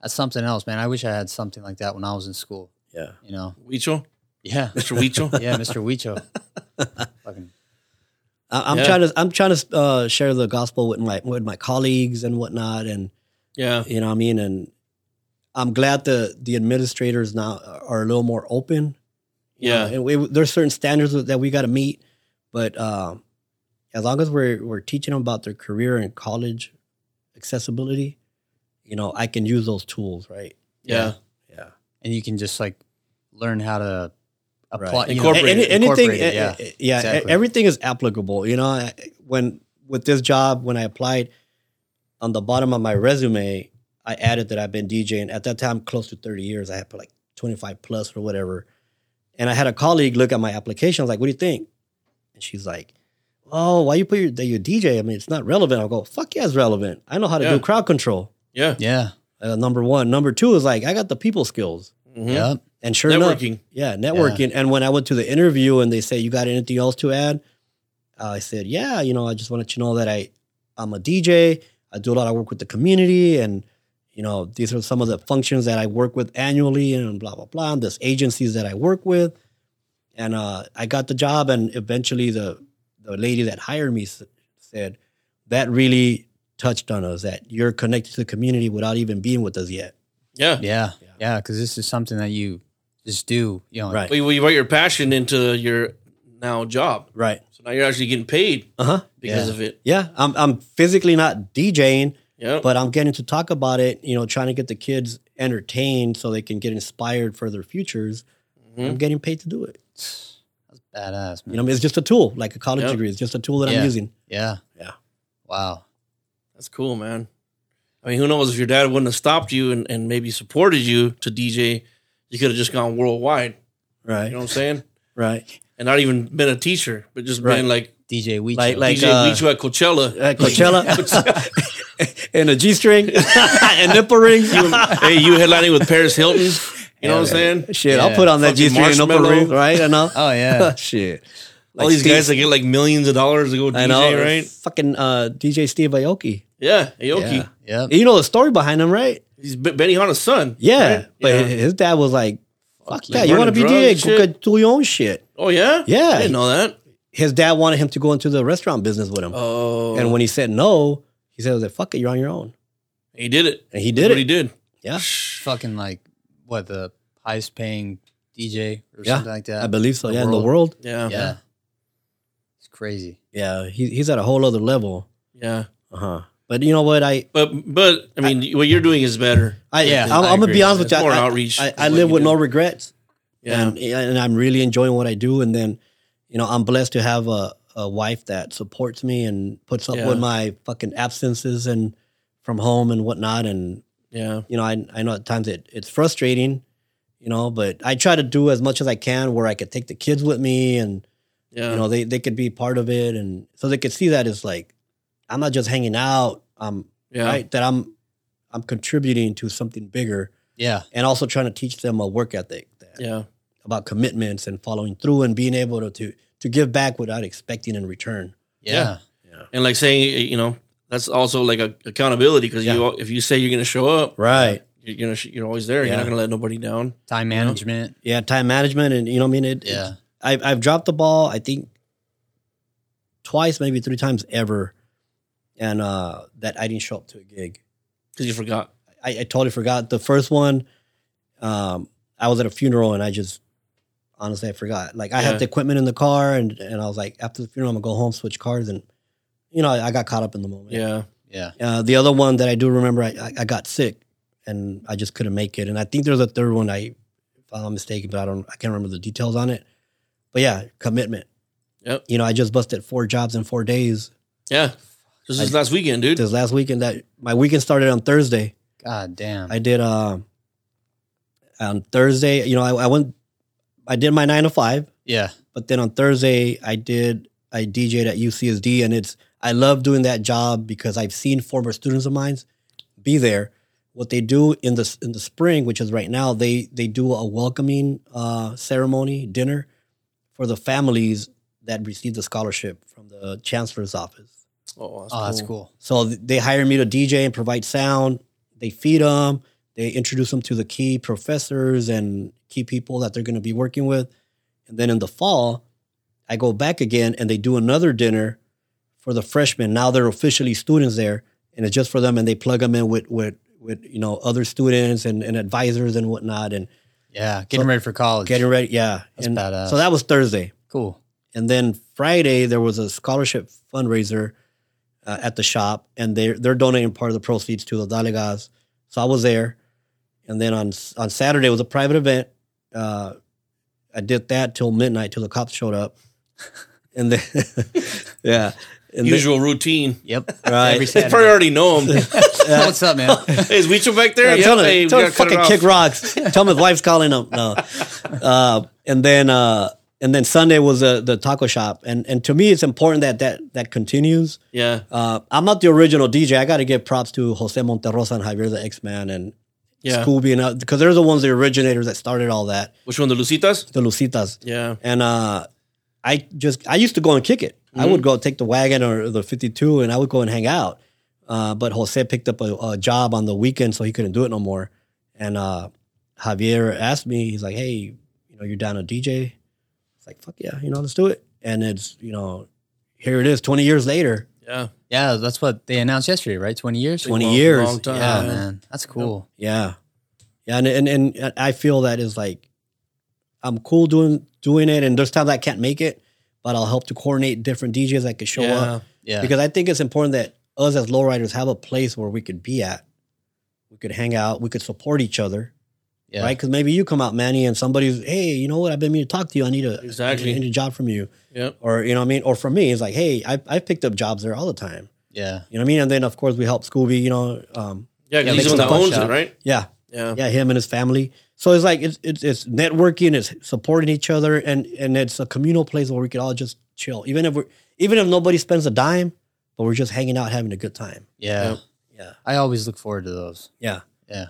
that's something else, man. I wish I had something like that when I was in school, Yeah. you know. Weecho, Yeah. Mr. Weecho. Yeah, Mr. Weicho. Fucking I- I'm Yeah. trying to I'm trying to uh, share the gospel with my with my colleagues and whatnot, and yeah, you know what I mean. And I'm glad the the administrators now are a little more open. you know, yeah, and we, there's certain standards that we got to meet, but um, as long as we're we're teaching them about their career and college accessibility, you know, I can use those tools, right? yeah, Yeah, and you can just like learn how to apply Right. you know, Incorporate Any- it, anything, incorporate it, yeah, yeah. yeah, Exactly. everything is applicable. You know, I- when with this job, when I applied, on the bottom of my resume, I added that I've been DJing at that time close to thirty years. I had put like twenty five plus or whatever, and I had a colleague look at my application. I was like, "What do you think?" And she's like, oh, why you put your, that you DJ? I mean, it's not relevant. I'll go, fuck yeah, it's relevant. I know how to Yeah. do crowd control. Yeah. Yeah. Uh, number one. Number two is like, I got the people skills. Mhm. Yeah. And sure enough, Networking. yeah, networking. And when I went to the interview and they say, you got anything else to add? I said, yeah, you know, I just wanted to know that I, I'm a DJ. I do a lot of work with the community. And, you know, these are some of the functions that I work with annually and blah, blah, blah. And there's agencies that I work with. And uh, I got the job. And eventually the, the lady that hired me s- said, that really touched on us, that you're connected to the community without even being with us yet. Yeah. Yeah. Yeah. Yeah. Because this is something that you just do, you know. Right. Well, you, well, you brought your passion into your now job. Right. So now you're actually getting paid Uh-huh. because Yeah. of it. Yeah, I'm I'm physically not DJing, Yeah. but I'm getting to talk about it. You know, trying to get the kids entertained so they can get inspired for their futures. Mhm. I'm getting paid to do it. That's badass, man. You know, it's just a tool, like a college Yeah. degree. It's just a tool that Yeah. I'm using. yeah. Yeah. Wow. That's cool, man. I mean, who knows if your dad wouldn't have stopped you and, and maybe supported you to DJ, you could have just gone worldwide. Right, You know what I'm saying? right. And not even been a teacher, but just Right. been like, DJ Weecho. Like- like- DJ uh, Weecho at Coachella. At Coachella and a G string and nipple rings. You- hey, you headlining with Paris Hilton. You know what I'm saying? shit, Yeah. I'll put on that Fucking G string and nipple marshmallow. ring, right? I know. oh yeah. shit. All these Steve- guys that get like millions of dollars to go DJ, I know, right? Fucking uh, DJ Steve Aoki. Yeah, Aoki. Yeah. yep. You know the story behind him, right? He's B- Benny Hanna's son. Yeah, right? but Yeah. hi- his dad was like, "Fuck Like that! You want to running be drugs, DJ? Go shit. get- do your own shit." Oh yeah, Yeah. I didn't know that. His dad wanted him to go into the restaurant business with him, Oh, and when he said no, he said, "Like fuck it, you're on your own," he did it. and he That's did what it. he did. Yeah, Fucking like what the highest paying DJ or Yeah, something like that. I believe so. The yeah, in world. the world, Yeah, Yeah. It's crazy. yeah, he, he's at a whole other level. yeah. Uh huh. But you know what? I, But but I mean, what you're doing is better. I Yeah, yeah, I'm, I I'm gonna agree. be honest with It's you. more I, outreach. I, is I what live you with do. no regrets. Yeah, and, and I'm really enjoying what I do. And then, you know, I'm blessed to have a, a wife that supports me and puts up Yeah. with my fucking absences and from home and whatnot. And yeah, you know, I I know at times it, it's frustrating, you know, but I try to do as much as I can where I could take the kids with me and yeah. you know they they could be part of it and so they could see that it's like I'm not just hanging out. I'm yeah. right that I'm I'm contributing to something bigger Yeah. and also trying to teach them a work ethic. That, Yeah, about commitments and following through and being able to to, to give back without expecting in return. Yeah. and like saying, you know, that's also like a, accountability because you, if you say you're going to show up, Right. you're gonna, sh- you're always there. You're Yeah. not going to let nobody down. Time management. Yeah, time management and you know what I mean it Yeah. I I've dropped the ball I think twice maybe three times ever and uh that I didn't show up to a gig. because you forgot. I, I totally forgot the first one um I was at a funeral and I just honestly I forgot. Like I Yeah. had the equipment in the car and and I was like after the funeral I'm going to go home switch cars and you know I, I got caught up in the moment. Yeah, Yeah. Uh, the other one that I do remember, I, I, I got sick and I just couldn't make it. And I think there's a third one, I, if I'm not mistaken, but I don't, I can't remember the details on it. But yeah, commitment. Yep. You know, I just busted four jobs in four days yeah. This is last weekend, dude. this last weekend. That my weekend started on Thursday. God damn. I did uh, on Thursday. You know, I, I went, I did my nine to five, yeah. but then on Thursday I did I DJ'd at UCSD, and it's I love doing that job because I've seen former students of mine be there. What they do in the in the spring, which is right now, they they do a welcoming uh, ceremony dinner for the families that received the scholarship from the chancellor's office. Oh, that's, oh, that's cool. So th- they hire me to DJ and provide sound. They feed them. They introduce them to the key professors and key people that they're going to be working with. And then in the fall, I go back again and they do another dinner for the freshmen. Now they're officially students there, and it's just for them. And they plug them in with with with you know other students and, and advisors and whatnot and Yeah. Getting So- ready for college. getting ready. Yeah, That's and badass. so that was Thursday. cool. And then Friday there was a scholarship fundraiser uh, at the shop, and they they're donating part of the proceeds to the Dalegas. So I was there, and then on on Saturday was a private event. Uh, I did that till midnight till the cops showed up, and then yeah, and then- usual routine. Yep. right. Every They probably Saturday. already know him. Yeah. What's up, man? hey, is Weecho back there? Yeah, Yeah, tell him, hey, we tell him gotta cut it fucking off. kick rocks. tell him his wife's calling him. No, uh, and then uh, and then Sunday was the the taco shop, and and to me, it's important that that that continues. Yeah. Uh, I'm not the original DJ. I got to give props to Jose Monterrosa and Javier the X Man and Yeah. Scooby and uh, because they're the ones the originators that started all that, Which one? The Lucitas? the Lucitas. Yeah. And uh, I just I used to go and kick it. I would go take the wagon or the 52, and I would go and hang out. Uh, but Jose picked up a, a job on the weekend, so he couldn't do it no more. And uh, Javier asked me, he's like, "Hey, you know, you're down a DJ?" It's like, "Fuck yeah, you know, let's do it." And it's you know, here it is, 20 years later. Yeah. Yeah, that's what they announced yesterday, right? Twenty years. 20 Long- years. long time. Yeah, Yeah. man, that's cool. Yeah, yeah, and and and I feel that is like I'm cool doing doing it, and there's times I can't make it, but I'll help to coordinate different DJs that could show up. Yeah. Yeah, because I think it's important that us as lowriders have a place where we could be at. We could hang out. We could support each other, yeah. right? Because maybe you come out, Manny, and somebody's, hey, you know what? I've been meaning to talk to you. I need a Exactly. I need a job from you, Yep. or you know what I mean. Or for me, it's like, hey, I I picked up jobs there all the time. Yeah, You know what I mean? And then of course we help Scooby. You know, um, Yeah. 'cause Yeah, he's make the one some that punch owns it, out. right? yeah, Yeah. yeah, him and his family. So it's like it's it's, it's networking, it's supporting each other, and and it's a communal place where we could all just chill, even if we're even if nobody spends a dime, but we're just hanging out, having a good time. yeah, Yep. Yeah. I always look forward to those. Yeah. Yeah.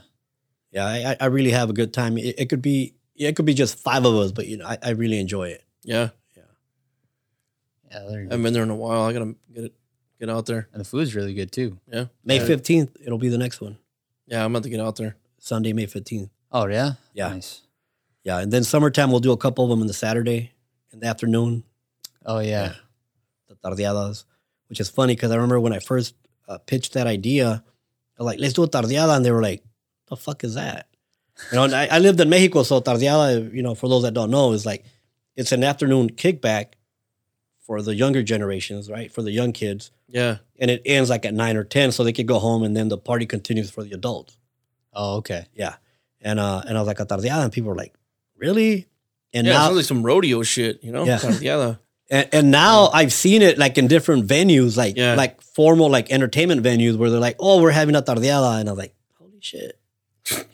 Yeah. I, I- I really have a good time. It, it could be it could be just five of us, but you know, I, I really enjoy it. Yeah. Yeah, there I you go. haven't been there in a while. I gotta get it, get out there. and the food's really good too. Yeah. May Yeah. fifteenth, it'll be the next one. Yeah, I'm about to get out there. Sunday, May fifteenth. Oh yeah, Yeah. Nice. Yeah. And then summertime we'll do a couple of them in the Saturday in the afternoon, Oh yeah, the tardeadas, which is funny because I remember when I first uh, pitched that idea, I was like, let's do a tardeada. And they were like, the fuck is that? You know, and I, I lived in Mexico, so tardeada, you know, for those that don't know, is like, it's an afternoon kickback for the younger generations, right? For the young kids. Yeah. And it ends like at nine or 10, so they could go home and then the party continues for the adults. Oh okay. Yeah. And, uh, and I was like, a tardeada. And people were like, really? And yeah, it now, sounds like some rodeo shit, you know? Yeah. Tardeada. And, and now I've seen it like in different venues, like Yeah. like formal like entertainment venues where they're like, "Oh, we're having a tardeada," and I'm like, "Holy shit!"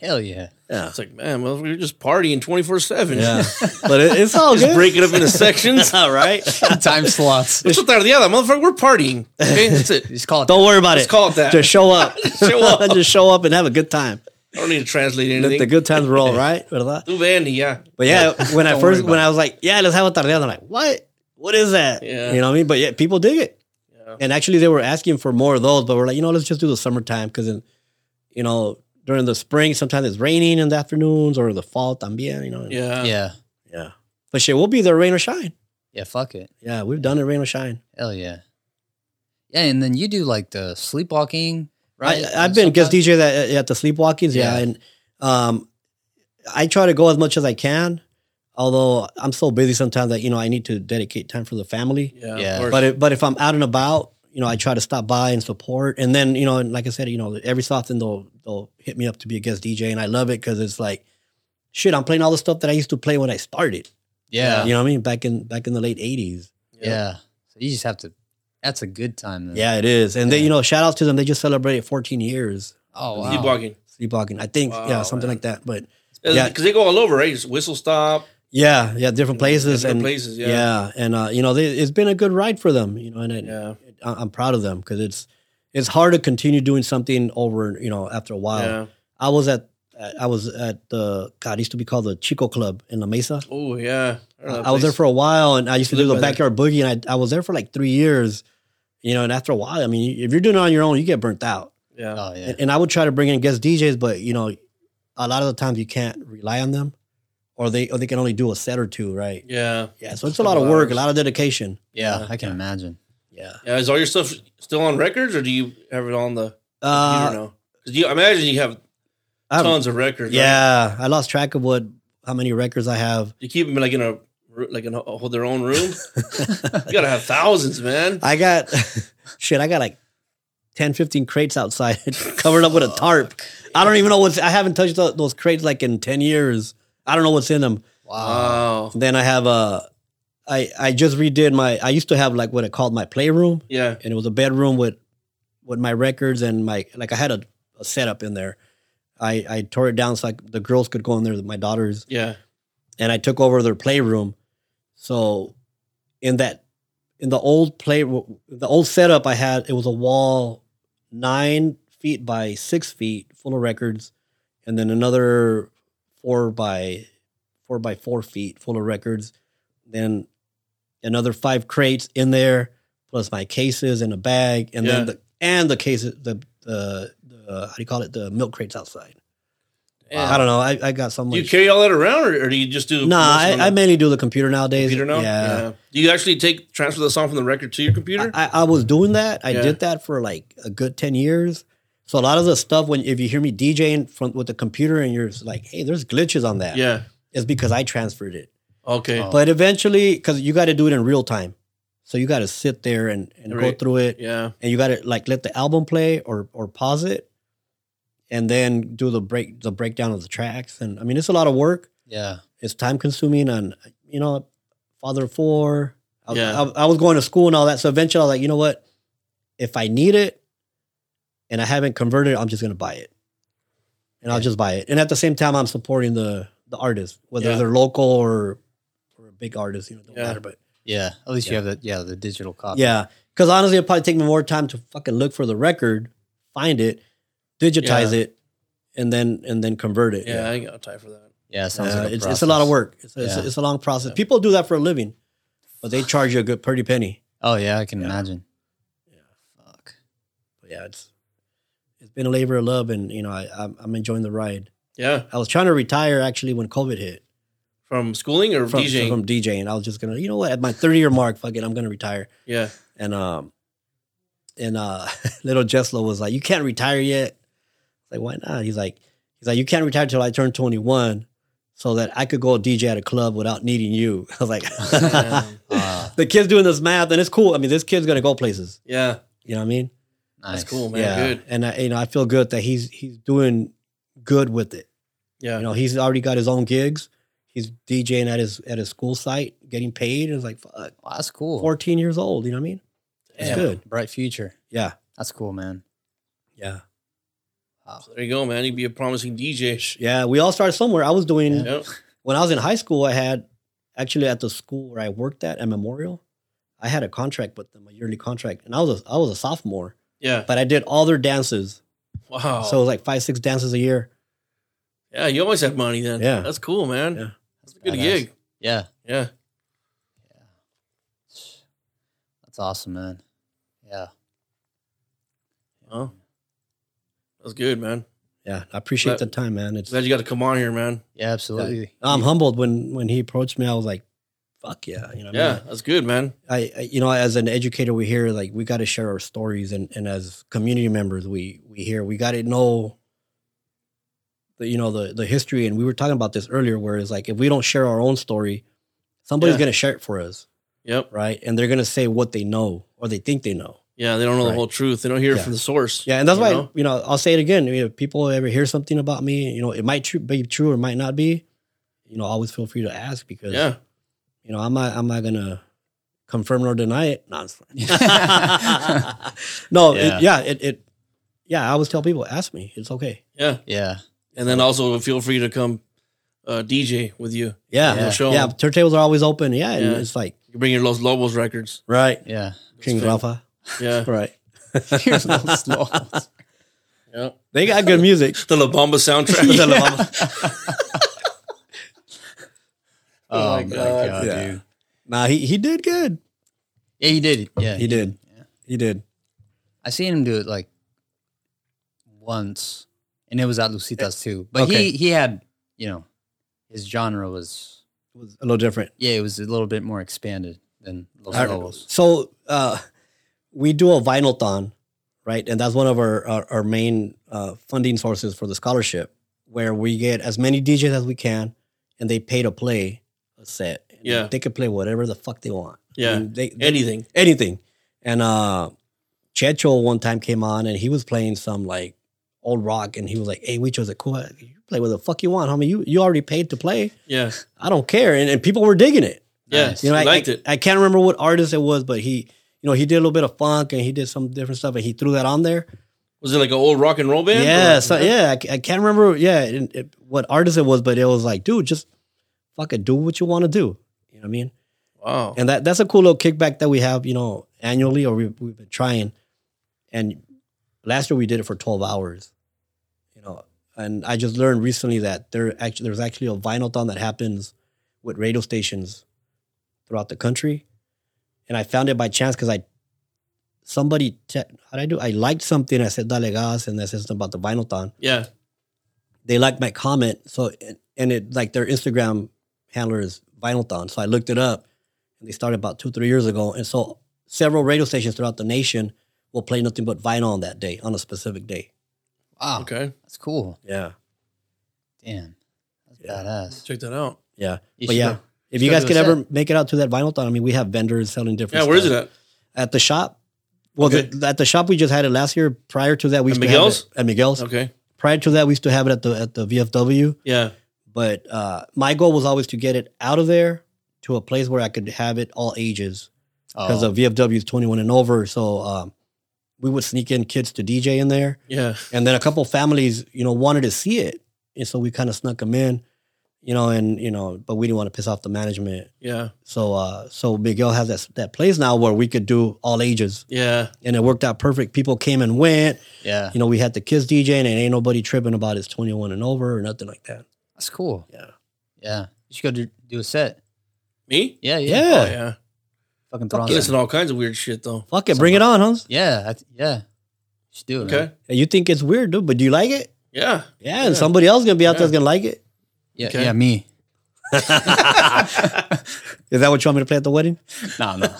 Hell yeah. Yeah, It's like, man, well, we're just partying 24 7. yeah. but it, it's all Just good, break it up into sections. all right? Time slots. What's a tardeada, motherfucker? We're partying. Okay, that's it. Just call it. Don't worry about Let's it. call it that. Just show up. show up. Just show up and have a good time. I don't need to translate Let the anything. good times roll, right? ¿Verdad? Tu Vandy, yeah. But yeah, when I Don't worry first about when it. I was like, "Yeah, let's have a tardeada," I'm like, "What? What is that?" Yeah. You know what I mean? But yeah, people dig it. Yeah. And actually, they were asking for more of those, but we're like, you know, let's just do the summertime because, you know, during the spring, sometimes it's raining in the afternoons or the fall también, you know. Yeah. Yeah. Yeah. But shit, we'll be there rain or shine. Yeah. Fuck it. Yeah, we've done it rain or shine. Hell yeah. Yeah, and then you do like the sleepwalking, right? I, I've been guest DJ at, at the Sleepwalkings. Yeah. Yeah. And um, I try to go as much as I can, although I'm so busy sometimes that, you know, I need to dedicate time for the family. Yeah. Yeah. of course. But if, but if I'm out and about, you know, I try to stop by and support. And then, you know, and like I said, you know, every so often they'll they'll hit me up to be a guest DJ, and I love it because it's like, shit, I'm playing all the stuff that I used to play when I started. Yeah. You know what I mean? Back in back in the late '80s. Yeah. So you just have to. That's a good time. Then. Yeah, it is. And then you know, shout out to them. They just celebrated 14 years Oh wow. Keep walking. sleepwalking. I think, yeah, Wow, something man. like that. But Because Yeah. they go all over, right? Just whistle stop. yeah, yeah, different places different and places, yeah. and uh, you know, they, it's been a good ride for them. You know, and I, Yeah. I- I'm proud of them because it's it's hard to continue doing something over. You know, after a while. Yeah. I was at I was at the God it used to be called the Chico Club in La Mesa. Oh, yeah. I, was there for a while, and I used to do Live the by there. backyard boogie, and I, I was there for like three years. You know, and after a while, I mean, if you're doing it on your own, you get burnt out. Yeah. Oh yeah. And, and I would try to bring in guest DJs, but you know, a lot of the times you can't rely on them, or they or they can only do a set or two, right? Yeah. Yeah, so it's a lot of work, a lot of dedication. Yeah. I can imagine. Yeah, Yeah. Is all your stuff still on records or do you have it on the computer uh, now? Because you I imagine you have I have- tons of records. right? yeah, I lost track of what how many records I have. You keep them like in a ro- like in a, a- their own room. you gotta have thousands, man. I got shit, I got like 10, 15 crates outside covered up with a tarp. I don't even know what's I haven't touched tho- those crates like in 10 years. I don't know what's in them. Uh, Wow. Wow. Then I have a I I just redid my I used to have like what I called my playroom Yeah. and it was a bedroom with with my records and my like I had a, a setup in there. I I tore it down so I, c- the girls could go in there, my daughters Yeah. and I took over their playroom. So in that in the old play the old setup I had, it was a wall nine feet by six feet full of records, and then another four by four by four feet full of records, then another five crates in there, plus my cases in a bag, and Yeah. then the and the cases the the, the how do you call it the milk crates outside. I don't know. I, I got so Do you much. carry all that around, or, or do you just do? Nah, most I, on I the mainly do the computer nowadays. computer now. yeah. Do you actually take transfer the song from the record to your computer? I, I was doing that. I Yeah. did that for like a good ten years. So a lot of the stuff when if you hear me DJing from with the computer and you're just like, hey, there's glitches on that. yeah. It's because I transferred it. Okay. Oh. But eventually, because you got to do it in real time, so you got to sit there and, and Right. go through it, Yeah. and you got to like let the album play or or pause it, and then do the break the breakdown of the tracks. And I mean, it's a lot of work. Yeah. it's time consuming and you know father of four I, Yeah. I, I was going to school and all that so eventually i was like you know what if i need it and i haven't converted i'm just going to buy it and i'll Yeah. just buy it and at the same time i'm supporting the the artist whether Yeah. they're local or or a big artist you know it don't Yeah. matter but Yeah. At least Yeah. you have the yeah the digital copy. yeah because honestly it'd probably take me more time to fucking look for the record find it digitize it and then and then convert it Yeah. I ain't got time for that. Yeah. It sounds uh, like a it's, it's a lot process. of work. It's a, it's, a, Yeah. it's a long process. Yeah. People do that for a living, but they charge you a good pretty penny. Oh yeah, I can Yeah. imagine. Yeah. Fuck. But yeah, it's it's been a labor of love, and you know I, I'm, I'm enjoying the ride. Yeah. I was trying to retire actually when COVID hit From schooling or from DJing? from DJing. I was just gonna you know what at my 30 year mark, fuck it, I'm gonna retire. yeah. And um and uh little Jeslo was like, you can't retire yet. I was like why not? He's like he's like you can't retire till I turn 21. So that I could go DJ at a club without needing you. I was like, Um, Uh, the kid's doing this math, and it's cool. I mean, this kid's gonna go places. yeah. You know what I mean? nice. That's cool, man. Good. And I, you know, I feel good that he's he's doing good with it. Yeah. You know, he's already got his own gigs. He's DJing at his at his school site, getting paid. It's like fuck, Wow, that's cool. fourteen years old. You know what I mean? It's Damn. good. Bright future. Yeah, That's cool, man. yeah, So there you go, man. You'd be a promising DJ. yeah. We all started somewhere. I was doing Yeah. Yep. when I was in high school. I had actually at the school where I worked at at Memorial, I had a contract with them, a yearly contract, and I was a, I was a sophomore, Yeah. but I did all their dances. Wow. Oh. So it was like five six dances a year. yeah, you always had money then. Yeah. That's cool, man. Yeah. That's a good Badass. gig. Yeah. Yeah. That's awesome, man. Yeah. Oh. That's good, man. Yeah, I appreciate But- the time, man. It's Glad you got to come on here, man. Yeah, absolutely. I'm humbled when when he approached me. I was like, "Fuck yeah!" You know, what Yeah, that's good, man. I, mean? I, I you know, as an educator, we hear like we got to share our stories, and and as community members, we we hear we got to know the you know the the history. And we were talking about this earlier, where it's like if we don't share our own story, somebody's Yeah. gonna share it for us, Yep. right? And they're gonna say what they know or they think they know. Yeah, they don't know the Right. whole truth. They don't hear it Yeah. from the source. Yeah, and that's You why know? you know I'll say it again. You know, if people ever hear something about me, you know, it might tru- be true or it might not be. You know, always feel free to ask because Yeah. you know, I'm not, I'm not gonna confirm nor deny it. No, I'm just kidding. no, Yeah. It, yeah, it, it, yeah. I always tell people, ask me. It's okay. Yeah. Yeah. And then also feel free to come uh, DJ with you. Yeah, Yeah. yeah. Show 'em. Turntables are always open. Yeah, and Yeah. it's like You bring your Los Lobos records. right, Yeah. King That's Rafa. Yeah. Right, Here's those laws. yeah. they got good music. The La Bamba soundtrack. The La Bamba. oh, my my God, God, yeah. dude. Nah, he he did good. Yeah, he did. it. Yeah. He did. He did. I seen him do it like once, and it was at Lucitas too. But Okay. he he had you know his genre was It was a little different. yeah it was a little bit more expanded than Los Our- Lobos. So uh, we do a vinyl thon, right? And that's one of our our, our main uh, funding sources for the scholarship, where we get as many DJs as we can, and they pay to play a set. And Yeah. they can play whatever the fuck they want. I Yeah. mean, they, they- Anything. anything. And uh, Checho one time came on, and he was playing some like old rock, and he was like, "Hey, we chose a cool. You play what the fuck you want, homie. You you already paid to play. Yeah. I don't care." And, and people were digging it. Yeah. Nice. You know, He I, liked I- it. I can't remember what artist it was, but he, you know, he did a little bit of funk and he did some different stuff, and he threw that on there. Was it like an old rock and roll band? yeah, Or- so yeah, I, ca- I can't remember, yeah, it, it- what artist it was, but it was like, dude, just fucking do what you want to do. You know what I mean? Wow. and that that's a cool little kickback that we have, you know, annually, or we, we've been trying. And last year we did it for twelve hours, you know. And I just learned recently that there actually there's actually a vinyl thon that happens with radio stations throughout the country, and I found it by chance because I somebody te- how did I do I liked something I said dale gas and I said something about the vinyl thon. yeah. They liked my comment, so and- and it like their Instagram handler is vinyl thon. So I looked it up and they started about two, three years ago. And so several radio stations throughout the nation will play nothing but vinyl on that day, on a specific day. Wow, Okay. that's cool. Yeah. Damn, that's Yeah. badass. Check that out. Yeah. You but should- yeah, if should you go guys to could a ever make it out to that vinyl thon, I mean, we have vendors selling different Yeah. Where is it stuff. at? At the shop. Well, the- at the shop we just had it last year. Prior to that, At we used to have Miguel's? it at Miguel's. Okay. Prior to that, we used to have it at the at the VFW. Yeah. But uh, my goal was always to get it out of there to a place where I could have it all ages. because oh, the VFW is 21 and over. So um, we would sneak in kids to DJ in there. Yeah. And then a couple families, you know, wanted to see it. And so we kind of snuck them in, you know, and, you know, but we didn't want to piss off the management. Yeah. So, uh, so Miguel has that, that place now where we could do all ages Yeah. and it worked out perfect. People came and went, yeah, you know, we had the kids DJ and ain't nobody tripping about it's 21 and over or nothing like that. that's cool. Yeah. Yeah, you should go do, do a set. Me? Yeah, yeah, Yeah. Oh, yeah. fucking throw on I some- listen to all kinds of weird shit though. Fuck it. Bring it on, huh? Yeah, I th- yeah, you should do it. man. Okay. You think it's weird, dude, but do you like it? Yeah. Yeah. And Yeah. somebody else going to be out Yeah. there that's going to like it. Yeah, Okay. yeah, me. Is that what you want me to play at the wedding? No, no.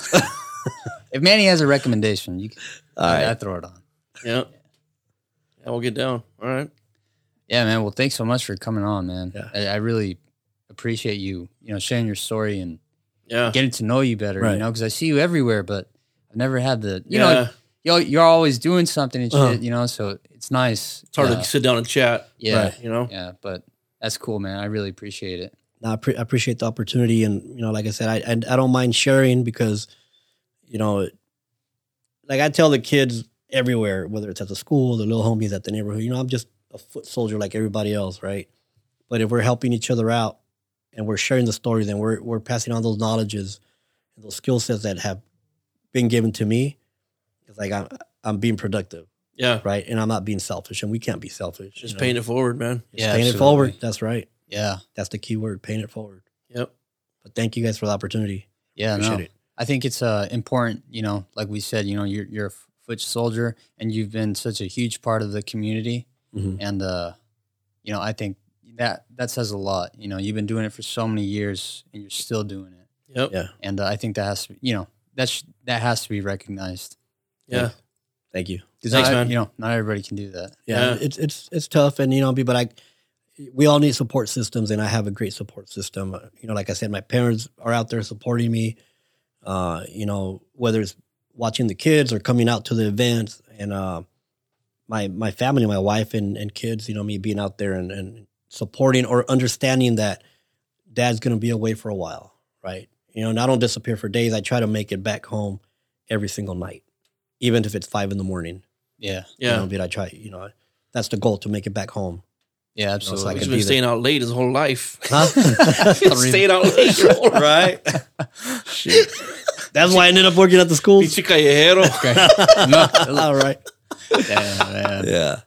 if Manny has a recommendation, you can, Uh, All I, right. I throw it on. Yeah. Yeah, we'll get down. All right. Yeah, man. Well, thanks so much for coming on, man. Yeah. I, I really appreciate you, you know, sharing your story and Yeah. getting to know you better, Right. you know, because I see you everywhere, but I've never had the, yeah. you know, you're, you're always doing something and shit, Uh-huh. you know, so it's nice. it's hard yeah, to sit down and chat. yeah, Right. You know? yeah, but that's cool, man. I really appreciate it. No, I, pre- I appreciate the opportunity, and you know, like I said, I, I I don't mind sharing because, you know, like I tell the kids everywhere, whether it's at the school, the little homies at the neighborhood, you know, I'm just a foot soldier like everybody else, right? But if we're helping each other out and we're sharing the stories and we're we're passing on those knowledges and those skill sets that have been given to me, it's like I'm I'm being productive, Yeah. right? And I'm not being selfish, and we can't be selfish. Just you know? paying it forward, man. Just Yeah, paying it absolutely. forward. That's right. Yeah. That's the key word. Paying it forward. Yep. But thank you guys for the opportunity. Yeah. Appreciate no. it. I think it's uh, important, you know, like we said, you know, you're, you're a foot soldier and you've been such a huge part of the community. Mhm. And, uh, you know, I think that that says a lot. You know, you've been doing it for so many years and you're still doing it. Yep. Yeah. Yeah. And uh, I think that has to, be, you know, that's, that has to be recognized. Thank you. Because, Thanks, man. you know, not everybody can do that. Yeah, Yeah. it's it's it's tough, and you know, but I, we all need support systems, and I have a great support system. Uh, You know, like I said, my parents are out there supporting me. Uh, you know, whether it's watching the kids or coming out to the events, and uh, my my family, my wife and and kids, you know, me being out there and and supporting or understanding that dad's gonna be away for a while, right? You know, and I don't disappear for days. I try to make it back home every single night, even if it's five in the morning. Yeah. You Yeah. know, but I try, you know, that's the goal to make it back home. Yeah. so Absolutely. I He's could been be staying out late his whole life. Huh? He's staying out late your whole life. right? Shit. That's why I ended up working at the schools. Pinche callejero. No, All right. damn, man. Yeah.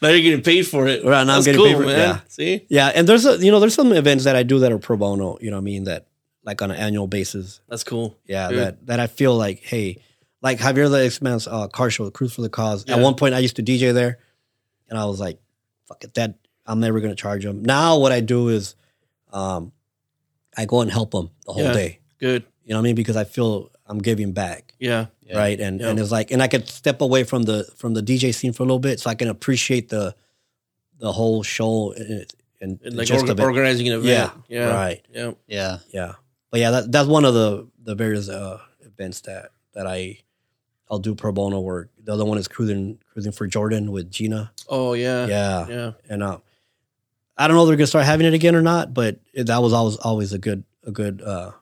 Now you're getting paid for it. Right, now I'm That's getting cool, paid for it, man. yeah. See? Yeah. And there's a, you know, there's some events that I do that are pro bono, you know what I mean? That like on an annual basis. That's cool. Yeah. Dude. That, that I feel like, hey, like Javier the X-Man's uh, car show, Cruise for the Cause. At Yeah. one point I used to DJ there and I was like, fuck it, that I'm never going to charge them. Now what I do is, um, I go and help them the whole Yeah. day. Good. You know what I mean? Because I feel I'm giving back. Yeah. Yeah. right and Yeah. and it's like and i could step away from the from the dj scene for a little bit so i can appreciate the the whole show and, and And the like gist orga- of it. organizing an event. Yeah. Yeah. right Yeah. Yeah. yeah but yeah that, that's one of the the various uh events that that i i'll do pro bono work the other one is cruising cruising for jordan with gina Oh, yeah. yeah, Yeah. and uh i don't know if they're gonna start having it again or not but it, that was always always a good a good uh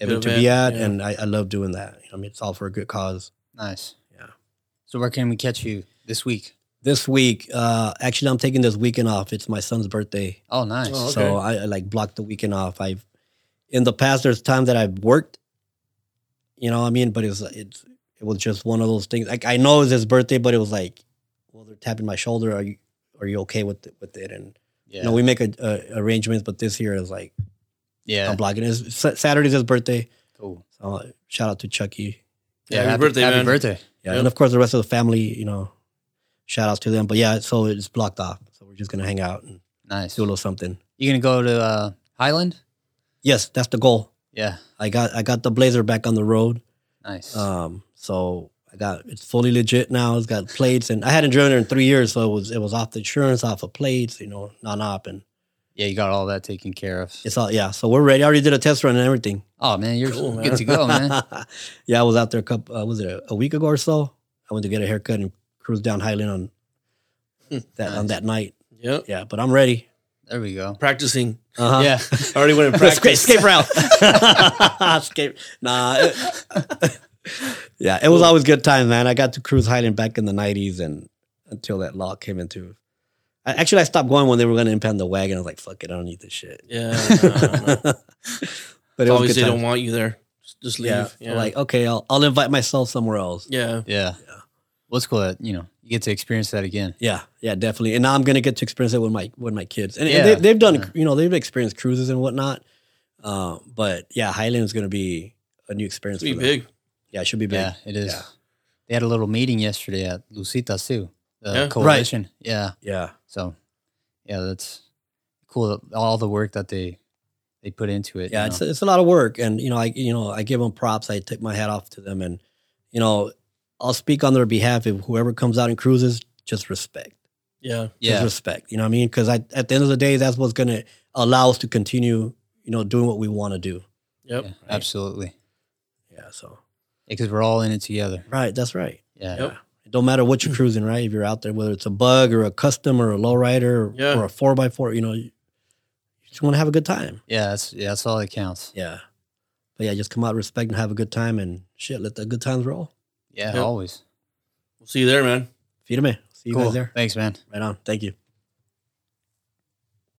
event to event, be at yeah. and I, I love doing that i mean it's all for a good cause Nice. Yeah. So where can we catch you this week? this week uh actually i'm taking this weekend off it's my son's birthday Oh, nice. Oh, okay. so I, I like blocked the weekend off i've in the past there's time that i've worked You know what I mean? But it's it's it was just one of those things. Like I know it was his birthday, but it was like, well, they're tapping my shoulder. Are you are you okay with it, with it? And Yeah. you know, we make a, a, arrangements, but this year is like yeah. I'm blocking. it. It's, Sa- Saturday's his birthday. Cool. So uh, shout out to Chucky. Yeah, happy birthday, happy man. birthday. Yeah, Yep. and of course the rest of the family. You know, shout outs to them. But yeah, so it's blocked off. So we're just gonna hang out and Nice. do a little something. You gonna go to uh, Highland? Yes, that's the goal. Yeah. I got I got the blazer back on the road. Nice. Um, so I got it's fully legit now. It's got plates, and I hadn't driven it in three years, so it was it was off the insurance, off of plates, you know, non op, and yeah, you got all that taken care of. it's all yeah. So we're ready. I already did a test run and everything. Oh man, you're Cool, man. good to go, man. yeah, I was out there a couple. Uh, was it a, a week ago or so? I went to get a haircut and cruise down Highland on Hmm. that on that night. Yeah. Yeah, but I'm ready. There we go. Practicing. Uh-huh. Yeah. I already went and Escape- practiced. escape route. escape. Nah. it- yeah, it was always good time, man. I got to cruise Highland back in the '90s, and until that law came into. I, actually, I stopped going when they were going to impound the wagon. I was like, "Fuck it, I don't need this shit." Yeah. but it was Always good they time. don't want you there. Just- Just leave. Yeah, Yeah. so Yeah. like okay, I'll, I'll invite myself somewhere else. yeah. Yeah. What's cool that you know you get to experience that again. Yeah, yeah, definitely. And now I'm gonna get to experience it with my with my kids, and, and Yeah. they, they've done Yeah. you know they've experienced cruises and whatnot. Uh, but yeah, Highland is gonna be a new experience. It's be for them. big. Yeah, it should be big. Yeah, it is. Yeah. They had a little meeting yesterday at Lucita too. The Yeah. Right. coalition. Yeah. yeah. So, yeah, that's cool. that- All the work that they they put into it. yeah, you it's know. it's a lot of work, and you know, I you know, I give them props. I take my hat off to them, and you know, I'll speak on their behalf. If whoever comes out and cruises, just respect, Yeah. yeah, just respect. You know what I mean? Because I at the end of the day, that's what's going to allow us to continue, you know, doing what we want to do. Yep. yeah, absolutely. Yeah. So Because we're all in it together. right, that's right. Yeah, Yep. It don't matter what you're cruising, right? If you're out there, whether it's a bug or a custom or a lowrider or, Yeah. or a four by four, you know, you just want to have a good time. yeah, that's yeah, that's all that counts. Yeah. But yeah, just come out, respect, and have a good time, and shit, let the good times roll. Yeah, Yep. always. We'll see you there, man. Feed 'em in. See you cool. guys there. Thanks, man. Right on. Thank you.